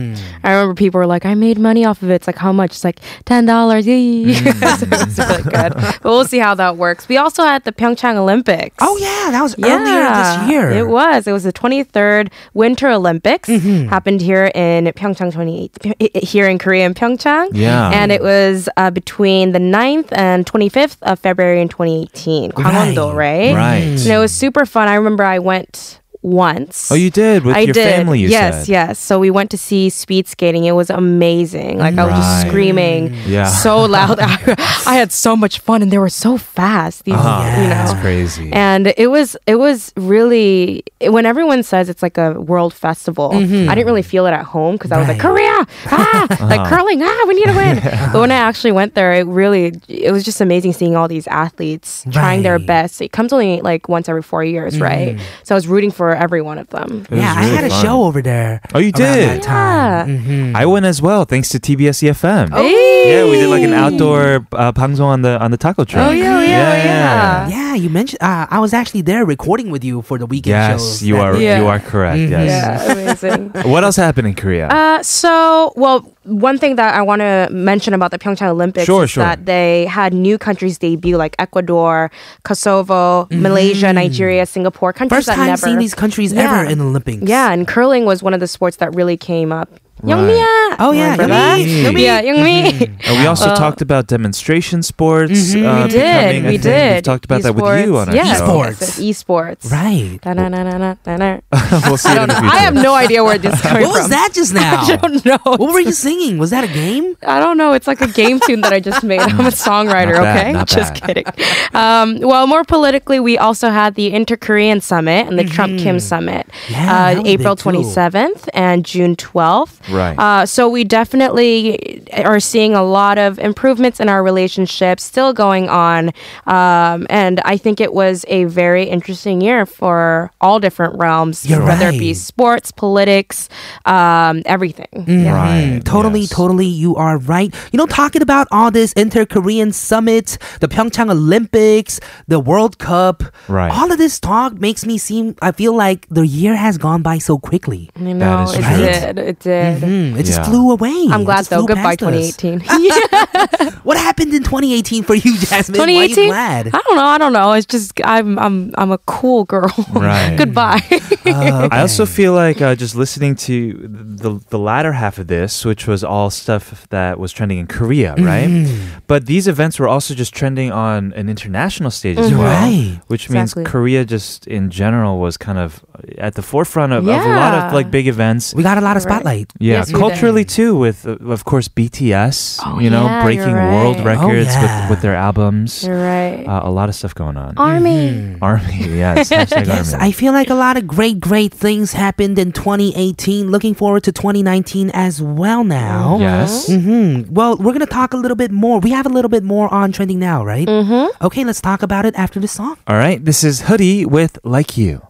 S5: I remember people were like, I made money off of it. It's like, how much? It's like, $10. Yay. so
S2: Mm.
S5: it's really good. But we'll see how that works. We also had the Pyeongchang Olympics.
S1: Oh yeah, that was earlier this year.
S5: It was. It was the 23rd Winter Olympics.
S2: Mm-hmm.
S5: Happened here in Pyeongchang 28, here in Korea in Pyeongchang.
S2: Yeah.
S5: And it was uh, between the 9th and 25th of February in 2018. Gangwon-do, right?
S2: Right.
S5: And it was super fun. I remember I went once.
S2: Oh, you did with
S5: I
S2: your
S5: did.
S2: family. You
S5: yes,
S2: said.
S5: yes. So we went to see speed skating. It was amazing. Like I was just
S2: Right.
S5: screaming
S2: Yeah.
S5: so loud. I, had so much fun, and they were so fast. These, you know,
S2: Uh-huh. That's crazy.
S5: and it was it was really when everyone says it's like a world festival
S2: Mm-hmm.
S5: i didn't really feel it at home because i was like korea ah like
S2: Uh-huh.
S5: curling ah we need to win but when i actually went there it really it was just amazing seeing all these athletes trying their
S1: Right.
S5: best it comes only like once every four years
S2: Mm-hmm.
S5: right so i was rooting for every one of them
S2: It was
S1: yeah,
S2: really
S1: I had a
S2: fun.
S1: show over there.
S2: Oh, you
S1: around that
S2: did?
S1: time.
S5: yeah
S1: Mm-hmm.
S2: I went as well, thanks to TBS EFM.
S5: Oh, Hey.
S2: E Mm-hmm. Yeah, we did like an outdoor uh, 방송 on the on the taco truck.
S5: oh yeah oh, yeah oh, yeah,
S1: Yeah, you mentioned. Uh, I was actually there recording with you for the weekend
S2: Yes,
S1: shows.
S2: you
S1: that Mm-hmm.
S2: are.
S1: week.
S5: Yeah.
S2: You are correct. Yes.
S5: yeah amazing
S2: What else happened in Korea?
S5: Uh, so, well, one thing that I want to mention about the Pyeongchang Olympics
S2: Sure,
S5: is
S2: sure.
S5: that they had new countries debut, like Ecuador, Kosovo, Malaysia, Nigeria, Singapore, countries
S1: First
S5: that
S1: time
S5: never.
S1: seeing these countries
S5: Yeah.
S1: ever in Olympics.
S5: yeah, and curling was one of the sports that really came up.
S2: Right.
S5: Youngmia.
S1: Oh, yeah,
S5: Remember that?
S2: Youngmi.
S5: Yeah, Youngmi.
S2: And Uh, we also talked about demonstration sports. uh,
S5: uh, Mm-hmm. we did.
S2: becoming- I
S5: We
S2: think
S5: did.
S2: We've talked about that with you on our
S5: Yes,
S2: show.
S1: Esports.
S5: yes, yes, Esports.
S1: Right.
S5: Da-na-na-na-na-na.
S2: we'll see
S5: I
S2: it in
S5: don't
S2: the
S5: know.
S2: future.
S5: I have no idea where this is coming
S1: What was
S5: from.
S1: that just now?
S5: I don't know.
S1: What were you singing? Was that a game?
S5: I don't know. It's like a game tune that I just made. I'm a songwriter,
S2: Not bad,
S5: okay?
S2: not
S5: just
S2: bad.
S5: kidding. Um, well, more politically, we also had the Inter Korean Summit and the
S2: Mm-hmm.
S5: Trump Kim Summit,
S1: Yeah, that
S5: uh,
S1: was
S5: April
S1: big too.
S5: 27th and June 12th.
S2: Right.
S5: Uh, so we definitely are seeing a lot of improvements in our relationship still going on. Um, and I think it was a very interesting year for all different realms,
S1: You're
S5: whether it be
S1: right.
S5: sports, politics, um, everything.
S2: Mm-hmm.
S5: Yeah.
S2: Right.
S1: Mm, Mm-hmm. Totally,
S2: yes.
S1: totally, you are right. You know, talking about all this inter Korean summit, the Pyeongchang Olympics, the World Cup,
S2: Right.
S1: all of this talk makes me seem, I feel like the year has gone by so quickly.
S5: You know,
S2: is
S5: it
S2: true.
S5: did. It did.
S1: Mm, it just
S2: Yeah.
S1: flew away.
S5: I'm
S1: It
S5: glad
S1: just
S5: though.
S1: flew
S5: Goodbye,
S1: past us.
S5: 2018.
S1: What happened in 2018 for you, Jasmine? Why are you
S5: 2018. I
S1: glad?
S5: don't know. I don't know. It's just I'm I'm I'm a cool girl.
S2: Right.
S5: Goodbye.
S1: Uh,
S2: I also feel like uh, just listening to the the latter half of this, which was all stuff that was trending in Korea, right?
S1: Mm-hmm.
S2: But these events were also just trending on an international stage as well,
S1: Mm-hmm. Right.
S2: which
S5: Exactly.
S2: means Korea just in general was kind of at the forefront of, of a lot of
S5: Yeah.
S2: like big events.
S1: we got a lot of
S5: You're
S1: spotlight.
S5: right.
S2: Yeah,
S5: Yes, we did.
S2: culturally too, with uh, of course BTS,
S5: Oh,
S2: you know,
S5: yeah, you're
S2: breaking world
S5: right.
S1: Oh,
S2: records
S1: yeah.
S2: with, with their albums.
S5: You're right.
S2: Uh, a lot of stuff going on.
S5: Army.
S2: Army, yes, hashtag
S1: Mm. Yes,
S2: Army.
S1: I feel like a lot of great, great things happened in 2018. Looking forward to 2019 as well now.
S2: yes.
S1: hmm Well, we're going to talk a little bit more. We have a little bit more on trending now, right? Mm-hmm. Okay, let's talk about it after this song.
S2: All right, this is Hoodie with Like You.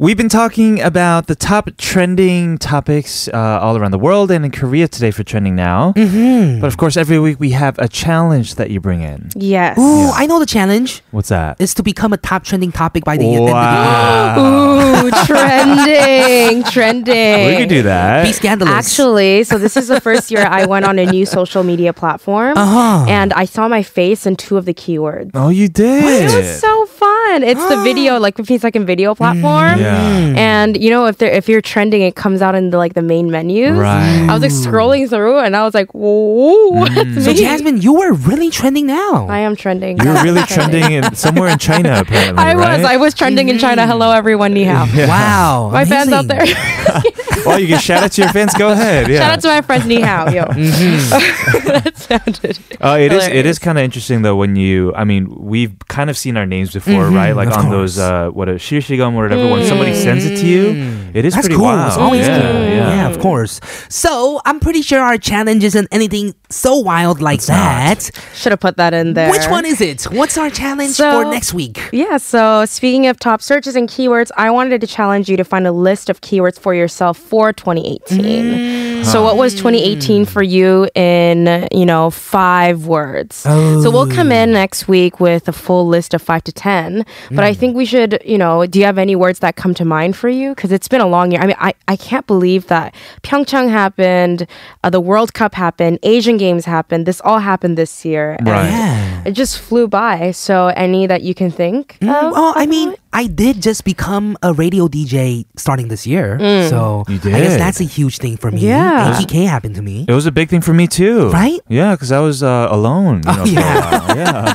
S2: We've been talking about the top trending topics uh, all around the world and in Korea today for trending now.
S1: Mm.
S2: But of course, every week we have a challenge that you bring in.
S5: Yes.
S1: Ooh, I know the challenge
S2: What's that?
S1: is to become a top trending topic by the end of the year.
S2: Wow.
S5: Ooh, trending, trending.
S2: we could do that.
S1: Be scandalous.
S5: Actually, so this is the first year I went on a new social media platform,
S1: Uh-huh.
S5: and I saw my face in two of the keywords.
S2: oh, you did.
S5: It was so fun. It's the video, like 15 second video platform.
S2: yeah.
S5: And you know, if they're if you're trending, it comes out in the like the main menus.
S2: Right. Mm.
S5: I was like scrolling through, and I was like, "Whoa!" that's
S1: so
S5: me."
S1: Jasmine, you were really trending now.
S5: I am trending.
S2: You were
S5: I'm
S2: really trending in, somewhere in China, apparently.
S5: I
S2: right?
S5: was. I was trending in China. Hello, everyone. Ni hao.
S1: Wow.
S5: My fans out there.
S1: amazing.
S2: Well, you can shout out to your fans. Go ahead. Yeah.
S5: Shout out to my friends Ni Hao, yo.
S2: Mm-hmm.
S5: that sounded.
S2: Uh, it is. It
S5: Hilarious.
S2: is kind of interesting though when you. I mean, we've kind of seen our names before,
S5: Mm-hmm.
S2: right? Like
S1: of
S2: on those uh, what a shirishigam or whatever. When somebody
S5: Mm.
S2: sends it to you, it is
S1: That's
S2: pretty
S1: cool.
S2: wild.
S1: It's always
S2: yeah,
S1: cool.
S2: Yeah.
S1: Yeah. of course. So I'm pretty sure our challenge isn't anything so wild like that.
S5: Should have put that in there.
S1: Which one is it? What's our challenge for
S5: So-
S1: next week?
S5: Yeah, so speaking of top searches and keywords, I wanted to challenge you to find a list of keywords for yourself for 2018. So what was 2018 for you in, you know, 5 words? So we'll come in next week with a full list of 5 to 10, but I think we should, you know, do you have any words that come to mind for you cuz it's been a long year. I mean, I I can't believe that Pyeongchang happened, uh, the World Cup happened, Asian Games happened. This all happened this year. and
S2: Right.
S1: Yeah.
S5: it just flew by. So any that you can think of?
S1: Well, I mean, I did just become a radio DJ starting this year. So
S2: You
S1: I guess
S2: did.
S1: that's a huge thing for me.
S5: Mm. Yeah.
S1: ATK happened to me.
S2: It was a big thing for me too.
S1: Right? Oh,
S2: Yeah, because I was uh, alone. You know,
S1: yeah.
S2: For a while. yeah.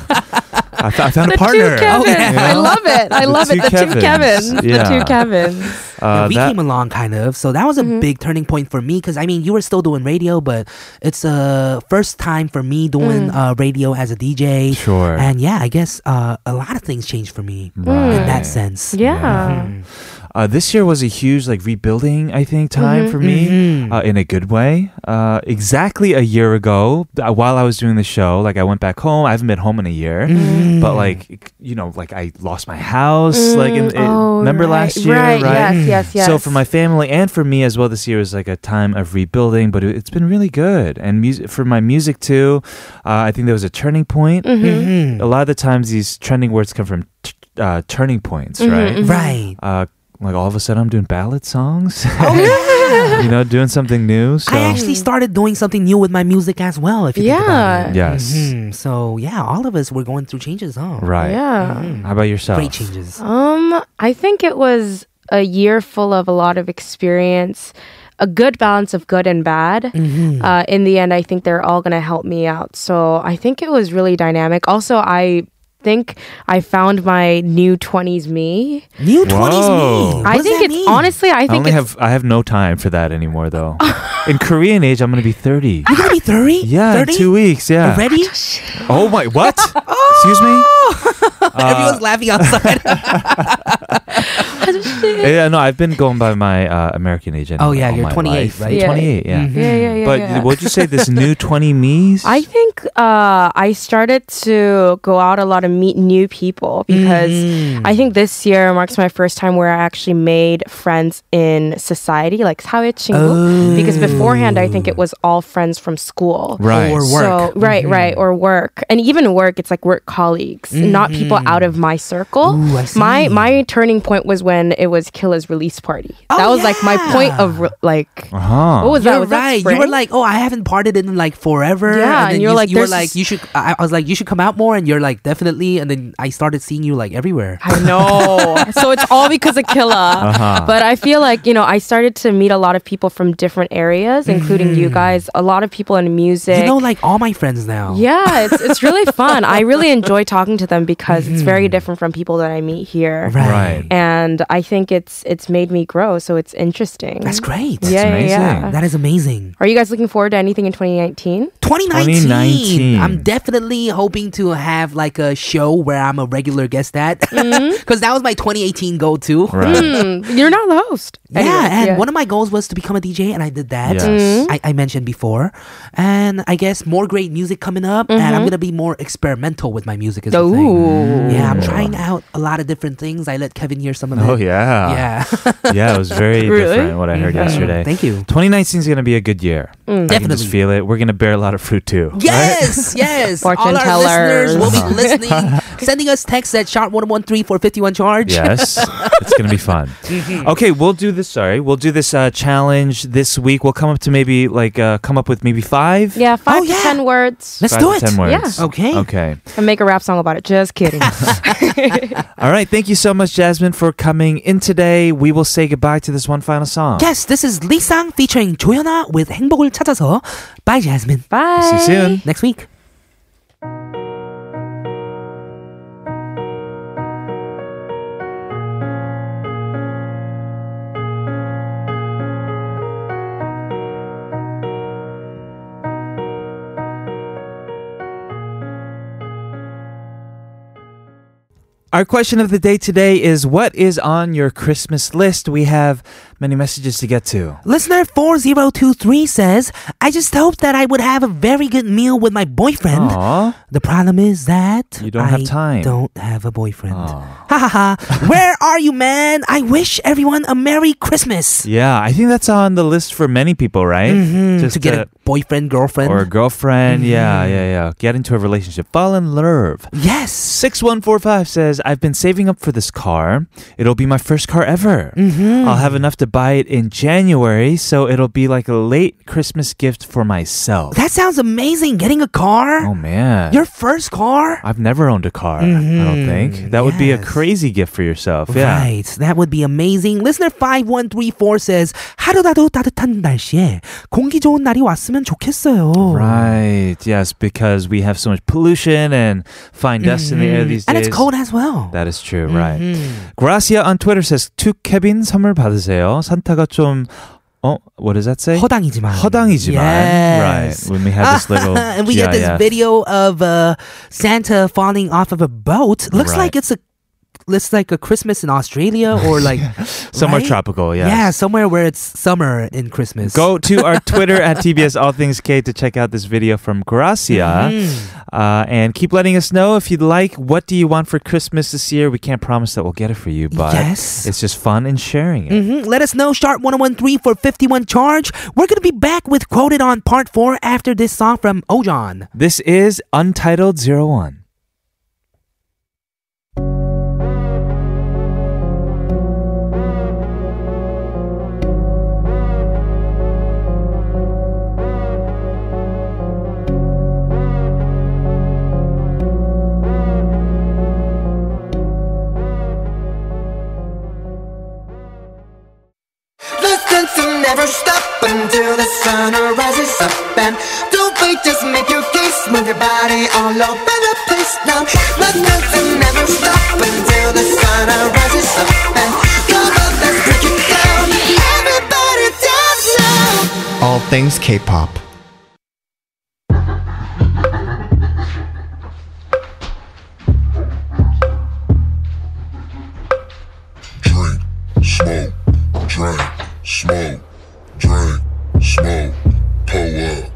S2: I, th- I found
S5: The
S2: a partner.
S5: two Kevins.
S2: You
S5: I
S2: know?
S5: love it.
S2: The
S5: I love it.
S2: two
S5: The two
S2: Kevins.
S5: Kevins.
S2: Yeah.
S5: The two Kevins.
S2: Uh,
S1: Yeah, we
S2: that-
S1: came along kind of. So that was a
S5: Mm-hmm.
S1: big turning point for me because I mean, you were still doing radio, but it's uh, first time for me doing
S5: Mm.
S1: uh, radio as a DJ.
S2: Sure.
S1: And yeah, I guess uh, a lot of things changed for me in that
S2: Right.
S1: sense.
S5: Yeah.
S2: Uh, this year was a huge like rebuilding, I think, time
S5: Mm-hmm,
S2: for me uh, in a good way. Uh, exactly a year ago, uh, while I was doing the show, like I went back home. I haven't been home in a year,
S5: Mm-hmm.
S2: but like you know, like I lost my house. like in, in-
S5: Oh,
S2: remember
S5: right,
S2: last year, right?
S5: Right. Yes. Yes. Yes.
S2: So for my family and for me as well, this year was like a time of rebuilding, but it, it's been really good. And music for my music too, uh, I think there was a turning point.
S1: Mhm.
S5: Mm-hmm.
S2: A lot of the times, these trending words come from t- uh, turning points,
S5: Mm-hmm,
S2: right?
S1: Right.
S2: uh, like all of a sudden I'm doing ballad songs. you know, doing something new.
S1: Oh,
S2: So
S1: I actually started doing something new with my music as well, if you think about
S5: Yeah.
S1: it.
S2: yes,
S1: Mhm. So yeah, all of us were going through changes, huh?
S2: right. Mm-hmm.
S5: Yeah.
S2: How about yourself?
S1: Great changes.
S5: Um, I think it was a year full of a lot of experience. A good balance of good and bad.
S2: Mm-hmm.
S5: Uh, in the end, I think they're all going to help me out. So I think it was really dynamic. Also, I think I found my new 20s me.
S1: New 20s me.
S2: Whoa.
S1: What
S5: I
S1: does
S5: think
S1: that
S5: it's
S1: mean?
S5: honestly, I
S2: I
S5: think
S2: only
S5: it's
S2: have I have no time for that anymore though. in Korean age, I'm gonna be 30.
S1: You're gonna be 30?
S2: Yeah, in
S1: 30?
S2: two weeks. Yeah.
S1: Already?
S2: Oh my, what?
S1: Oh.
S2: Excuse me? Uh,
S1: Everyone's laughing outside.
S2: Yeah, no, I've been going by my uh, American age. anyway
S1: Oh, yeah, Mm-hmm. you're
S2: all my
S1: 28,
S2: life.
S1: right?
S5: Yeah.
S2: 28, yeah.
S5: Yeah, yeah, yeah.
S2: But
S5: yeah.
S2: would you say this new 20 me's?
S5: I think uh, I started to go out a lot and meet new people because
S1: Mm-hmm.
S5: I think this year marks my first time where I actually made friends in society, like 사회친구. Because beforehand, I think it was all friends from school.
S2: right.
S1: Oh. Or work. Mm-hmm.
S5: So, right, right, or work, and even work, it's like work colleagues, not people out of my circle.
S1: Mm-hmm. Ooh, I
S5: My my turning point was when it was Killa's release party. that was like my point of re- like.
S2: huh.
S5: What was that?
S1: Oh, You're
S5: Was that
S1: right. You were
S5: spring?
S1: like, oh, I haven't partied in like forever.
S5: Yeah, and
S1: then
S5: you're
S1: you,
S5: like,
S1: you were like,
S5: "There's this-
S1: you should. I, I was like, you should come out more, and you're like, definitely. And then I started seeing you like everywhere.
S5: I know. so it's all because of Killa.
S1: Uh-huh.
S5: But I feel like, you know, I started to meet a lot of people from different areas, including you guys, a lot of people in music.
S1: Mm-hmm. You know, like all my friends now.
S5: yeah, it's, it's really fun. I really enjoy talking to them because it's
S1: Mm-hmm.
S5: very different from people that I meet here.
S2: Right.
S5: And I think it's it's made me grow, so it's interesting.
S1: That's great.
S5: yeah, yeah,
S2: amazing.
S5: yeah.
S1: That is amazing.
S5: Are you guys looking forward to anything in 2019?
S1: 2019.
S2: 2019.
S1: I'm definitely hoping to have like a show where I'm a regular guest at. Because
S5: Mm-hmm.
S1: that was my 2018 goal too.
S2: Right.
S5: Mm, you're not the host.
S1: Yeah,
S5: Anyways,
S1: and
S5: yeah. Mm-hmm.
S1: one of my goals was to become a DJ, and I did that.
S2: Yes. Mhm.
S1: I, I mentioned before, and I guess more great music coming up, and I'm gonna be more experimental with my music. Is the thing.
S5: Mm-hmm. Ooh.
S1: Yeah, I'm trying out a lot of different things. I let Kevin hear some of it.
S2: Oh, yeah.
S1: yeah, Mm-hmm.
S2: Yeah. it was very
S5: Really?
S2: different what I heard yesterday.
S1: Thank you.
S2: 2019 is going to be a good year. I can
S1: Mm, Definitely.
S2: just feel it. We're going to bear a lot of fruit too.
S1: Yes, yes. All
S5: Fortune
S1: our listeners
S5: tellers.
S1: will be listening, sending us texts at sharp one one three four fifty one charge.
S2: Yes, it's gonna be fun. Okay, we'll do this. Sorry, we'll do this uh, challenge this week. We'll come up to maybe like uh, come up with maybe five.
S5: Yeah, five
S1: Oh,
S5: to
S1: yeah.
S5: ten words
S1: Let's
S2: five
S1: do
S2: to
S1: it.
S2: Ten words.
S5: Yeah.
S1: Okay.
S2: Okay.
S5: and make a rap song about it. Just kidding.
S2: All right. Thank you so much, Jasmine, for coming in today. We will say goodbye to this one final song.
S1: Yes, this is Lee Sang featuring 조연아 with 행복을 찾아서 by Jasmine.
S5: Bye.
S2: See you soon.
S1: Next week.
S2: Our question of the day today is: What is on your Christmas list? We have many messages to get to.
S1: Listener 4023 says, I just hoped that I would have a very good meal with my boyfriend.
S2: Aw.
S1: The problem is that
S2: You don't have
S1: I
S2: time.
S1: don't have a boyfriend. Ha ha ha. Where are you, man? I wish everyone a Merry Christmas.
S2: Yeah, I think that's on the list for many people, right? Just
S1: Mm-hmm. To get
S2: uh,
S1: a Mm-hmm. boyfriend, girlfriend.
S2: or a girlfriend. Yeah, yeah, yeah. Get into a relationship. Fall in love.
S1: yes.
S2: 6145 says, I've been saving up for this car. It'll be my first car ever.
S1: Mm-hmm.
S2: I'll have enough to buy it in January, so it'll be like a late Christmas gift for myself.
S1: That sounds amazing. Getting a
S2: oh,
S1: car?
S2: man.
S1: Your first car?
S2: I've never owned a car, I don't think. That would be a
S1: Mm-hmm. Yes.
S2: crazy gift for yourself. Yeah.
S1: Right. That would be amazing. Listener 5134 says, 하루라도 따뜻한 날씨에 공기 좋은 날이 왔으면 좋겠어요.
S2: Right. Yes, because we have so much pollution and fine dust in the air these
S1: Mm-hmm. And
S2: days.
S1: it's cold as well.
S2: That is true, right.
S1: Mm-hmm.
S2: Gracia on Twitter says, 투 케빈 선물 받으세요. 산타가 좀, oh, what does that say?
S1: 허당이지만.
S2: 허당이지만.
S1: Yes. Uh,
S2: Right. When we had this little.
S1: and we got this
S2: GIF.
S1: video of uh, Santa falling off of a boat. Looks
S2: Right.
S1: like it's a looks like a Christmas in Australia or like
S2: Somewhere
S1: right?
S2: tropical, yes.
S1: Yeah, somewhere where it's summer in Christmas.
S2: Go to our Twitter at TBS All Things K to check out this video from Gracia.
S1: Mm-hmm.
S2: Uh, and keep letting us know if you'd like. What do you want for Christmas this year? We can't promise that we'll get it for you, but
S1: Yes.
S2: it's just fun and sharing it.
S1: Mhm. Let us know, sharp 1013 for 51 charge. We're going to be back with Quoted on Part 4 after this song from Oh Ojon.
S2: This is Untitled Zero One.
S6: Listen to never stop until the sun rises up and don't wait, just make your case, move your body all over the place now. Listen to never stop until the sun rises up and come on, let's break it down. Everybody dance now. All things K-pop.
S8: drink, smoke, drink, smoke, drink, smoke, pull up.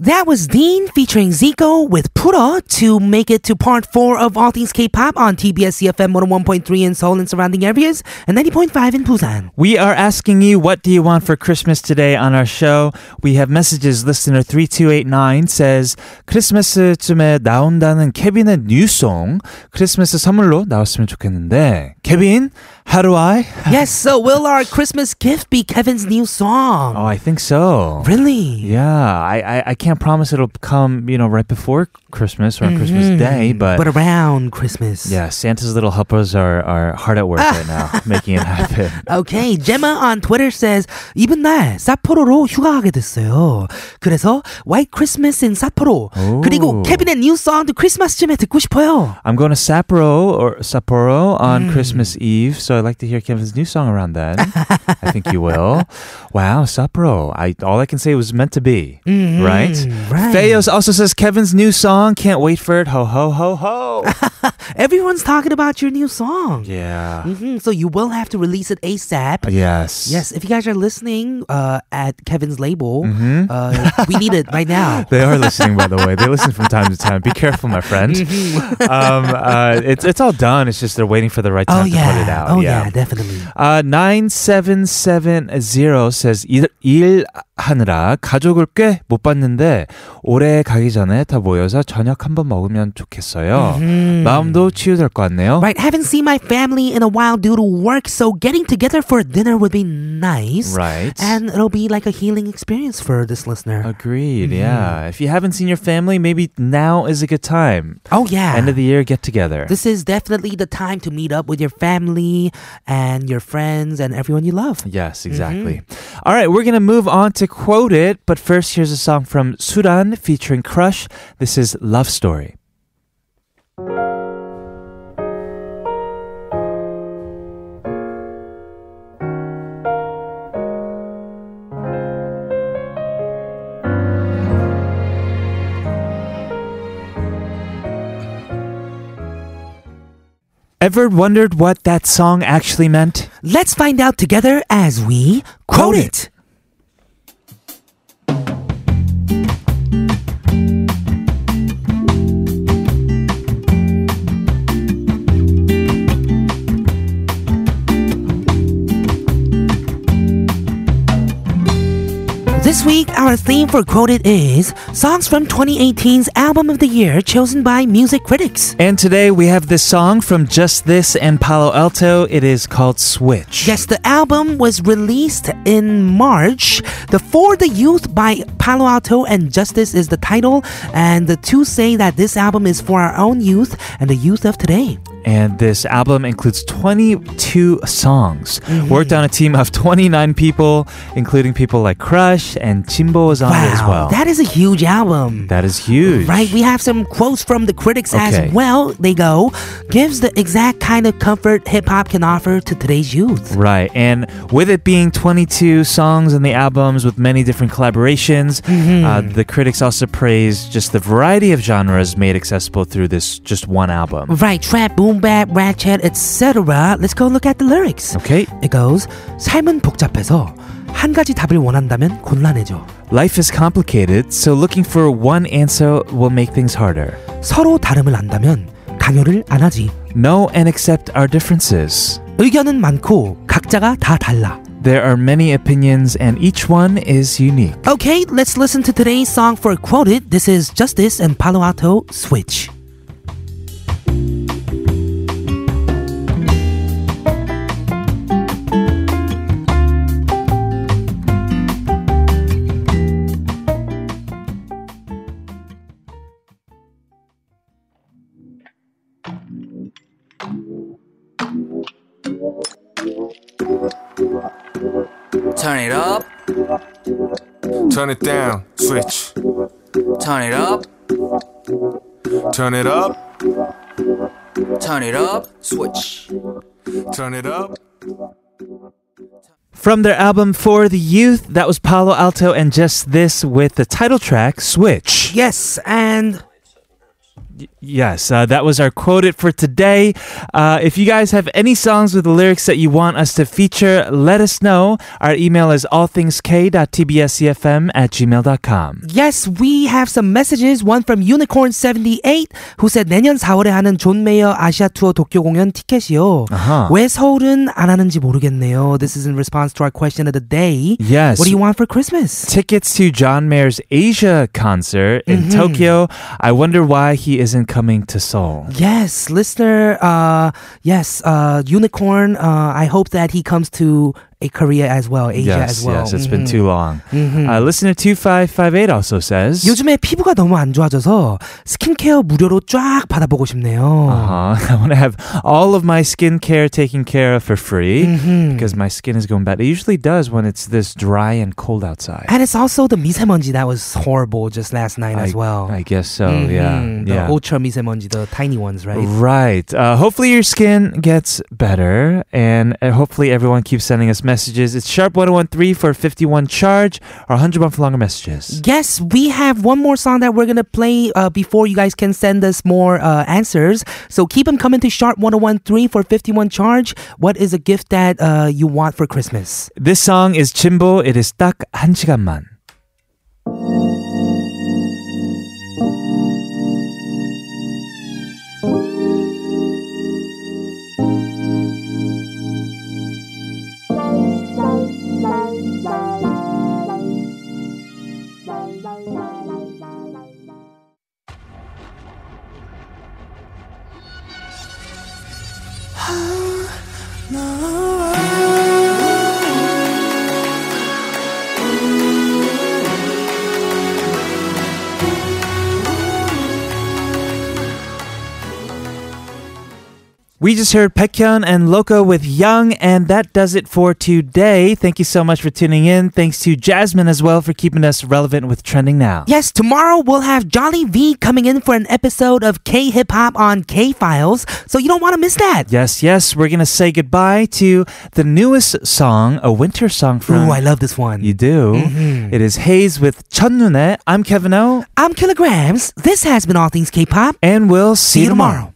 S1: That was Dean featuring Zico with Pura to make it to part four of All Things K-pop on TBS CFM 101.3 in Seoul and surrounding areas and 90.5 in Busan.
S2: We are asking you, what do you want for Christmas today on our show? We have messages. Listener 3289 says, 크리스마스쯤에 나온다는 케빈의 뉴송, 크리스마스 선물로 나왔으면 좋겠는데, 케빈, how do I?
S1: yes, so will our Christmas gift be Kevin's new song?
S2: Oh, I think so.
S1: Really?
S2: Yeah, I, I, I can't promise it'll come, you know, right before Christmas or on Christmas Day, but,
S1: But around Christmas.
S2: yeah, Santa's little helpers are, are hard at work right now, making it happen.
S1: Okay, Gemma on Twitter says 이번 날 사포로로 휴가하게 됐어요. 그래서 White Christmas in 사포로
S2: 오.
S1: 그리고 케빈의 new song 크리스마스쯤에 듣고 싶어요.
S2: I'm going to Sapporo or Sapporo
S1: Hmm.
S2: on Christmas Eve, so I'd like to hear Kevin's new song around then. I think you will. Wow, Sapporo! I all I can say was meant to be, right?
S1: Mm-hmm. right.
S2: Fayos also says Kevin's new song. Can't wait for it. Ho ho ho ho.
S1: Everyone's talking about your new song.
S2: yeah.
S1: Mhm, so you will have to release it ASAP.
S2: Yes.
S1: Yes, if you guys are listening uh, at Kevin's label, uh, we need it right now.
S2: Mm-hmm. They are listening, by the way. They listen from time to time. Be careful, my friend. um, uh, it's it's all done. It's just they're waiting for the right
S1: Mm-hmm. Oh
S2: time to put it
S1: yeah.
S2: out.
S1: Oh yeah, definitely.
S2: Uh, 9770 says 일, 일하느라 가족을 꽤 못 봤는데 올해 가기 전에 다 모여서 저녁 한번 먹으면 좋겠어요. 마음도 치유될 것 같네요.
S1: Right, haven't seen my family in a while due to work, so getting together for dinner would be nice.
S2: Right.
S1: And it'll be like a healing experience for this listener.
S2: Agreed.
S1: 음.
S2: Yeah. If you haven't seen your family, maybe now is a good time.
S1: oh, yeah.
S2: End of the year get together.
S1: this is definitely the time to meet up with your family and your friends and everyone you love.
S2: Yes, exactly. All right, we're going to move on to quote it, but first here's a song from Sudan featuring Crush. This is Love Story. Ever wondered what that song actually meant?
S1: Let's find out together as we quote it. This week, our theme for Quoted is songs from 2018's Album of the Year chosen by music critics.
S2: And today we have this song from Just This and Palo Alto. It is called Switch.
S1: Yes, the album was released in March. The For the Youth by Palo Alto and Justice is the title, and the two say that this album is for our own youth and the youth of today.
S2: And this album includes 22 songs. Worked on a team of 29 people, including people like Crush and Chimbo was on it Oh, as well.
S1: that is a huge album.
S2: that is huge.
S1: Right, we have some quotes from the critics
S2: Okay.
S1: as well. They go, gives the exact kind of comfort hip hop can offer to today's youth.
S2: Right. And with it being 22 songs in the albums with many different collaborations,
S1: Mm-hmm.
S2: uh, the critics also praised just the variety of genres made accessible through this just one album.
S1: Right, trap, boom bap, ratchet, etc. Let's go look at the lyrics.
S2: Okay.
S1: It goes, 삶은 복잡해서 한 가지 답을 원한다면 곤란해져.
S2: Life is complicated, so looking for one answer will make things harder.
S1: 서로 다름을 안다면 강요를 안 하지.
S2: Know and accept our differences.
S1: 의견은 많고 각자가 다 달라.
S2: There are many opinions, and each one is unique.
S1: Okay, let's listen to today's song for Quoted. This is Justice and Palo Alto Switch.
S9: Turn it up,
S8: Turn it down, switch.
S9: turn it up,
S8: Turn it up,
S9: turn it up, switch.
S8: Turn it up.
S2: From their album For the Youth, that was Palo Alto and Just This with the title track Switch.
S1: Yes, and
S2: Yes, uh, that was our quoted for today. Uh, if you guys have any songs with lyrics that you want us to feature, let us know. Our email is allthingsk.tbscfm at gmail.com.
S1: yes, we have some messages. One from Unicorn78 who said 내년 4월에 하는 존 메이어 아시아 투어 도쿄 공연 티켓이요.
S2: 아하.
S1: 왜 서울은 안 하는지 모르겠네요. This is in response to our question of the day.
S2: Yes.
S1: What do you want for Christmas?
S2: Tickets to John Mayer's Asia concert in
S1: Mm-hmm.
S2: Tokyo. I wonder why he isn't coming to Seoul.
S1: Yes, listener. Uh, yes, uh, Unicorn. Uh, I hope that he comes to a Korea as well, Asia
S2: yes,
S1: as well. Mm-hmm.
S2: yes, it's been too long. Uh, listener 2558 also says.
S1: 요즘에 피부가 너무 안 좋아져서 스킨케어 무료로 쫙 받아보고 싶네요.
S2: Uh-huh. I want to have all of my skincare taken care of for free
S1: Mm-hmm.
S2: because my skin is going bad. It usually does when it's this dry and cold outside.
S1: And it's also the 미세먼지 that was horrible just last night
S2: I,
S1: as well.
S2: I guess so.
S1: Mhm, The
S2: Yeah. Yeah.
S1: ultra 미세먼지, the tiny ones, right?
S2: Right. Uh, hopefully your skin gets better, and uh, hopefully everyone keeps sending us messages. It's sharp one one three for fifty one charge or hundred one for longer messages.
S1: Yes, we have one more song that we're gonna play uh, before you guys can send us more uh, answers. So keep them coming to sharp 1013 for 51 charge. What is a gift that uh, you want for Christmas?
S2: This song is Chimbo. It is 딱 한 시간만. We just heard Pekyon and Loco with Young, and that does it for today. Thank you so much for tuning in. Thanks to Jasmine as well for keeping us relevant with Trending Now.
S1: Yes, tomorrow we'll have Jolly V coming in for an episode of K Hip Hop on K Files. So you don't want to miss that.
S2: Yes, yes, we're going to say goodbye to the newest song, a winter song from.
S1: Ooh, I love this one.
S2: You do.
S1: Mm-hmm.
S2: It is Haze with 첫눈에. I'm Kevin O,
S1: I'm Kilograms. This has been All Things K-pop.
S2: and we'll see,
S1: See you tomorrow.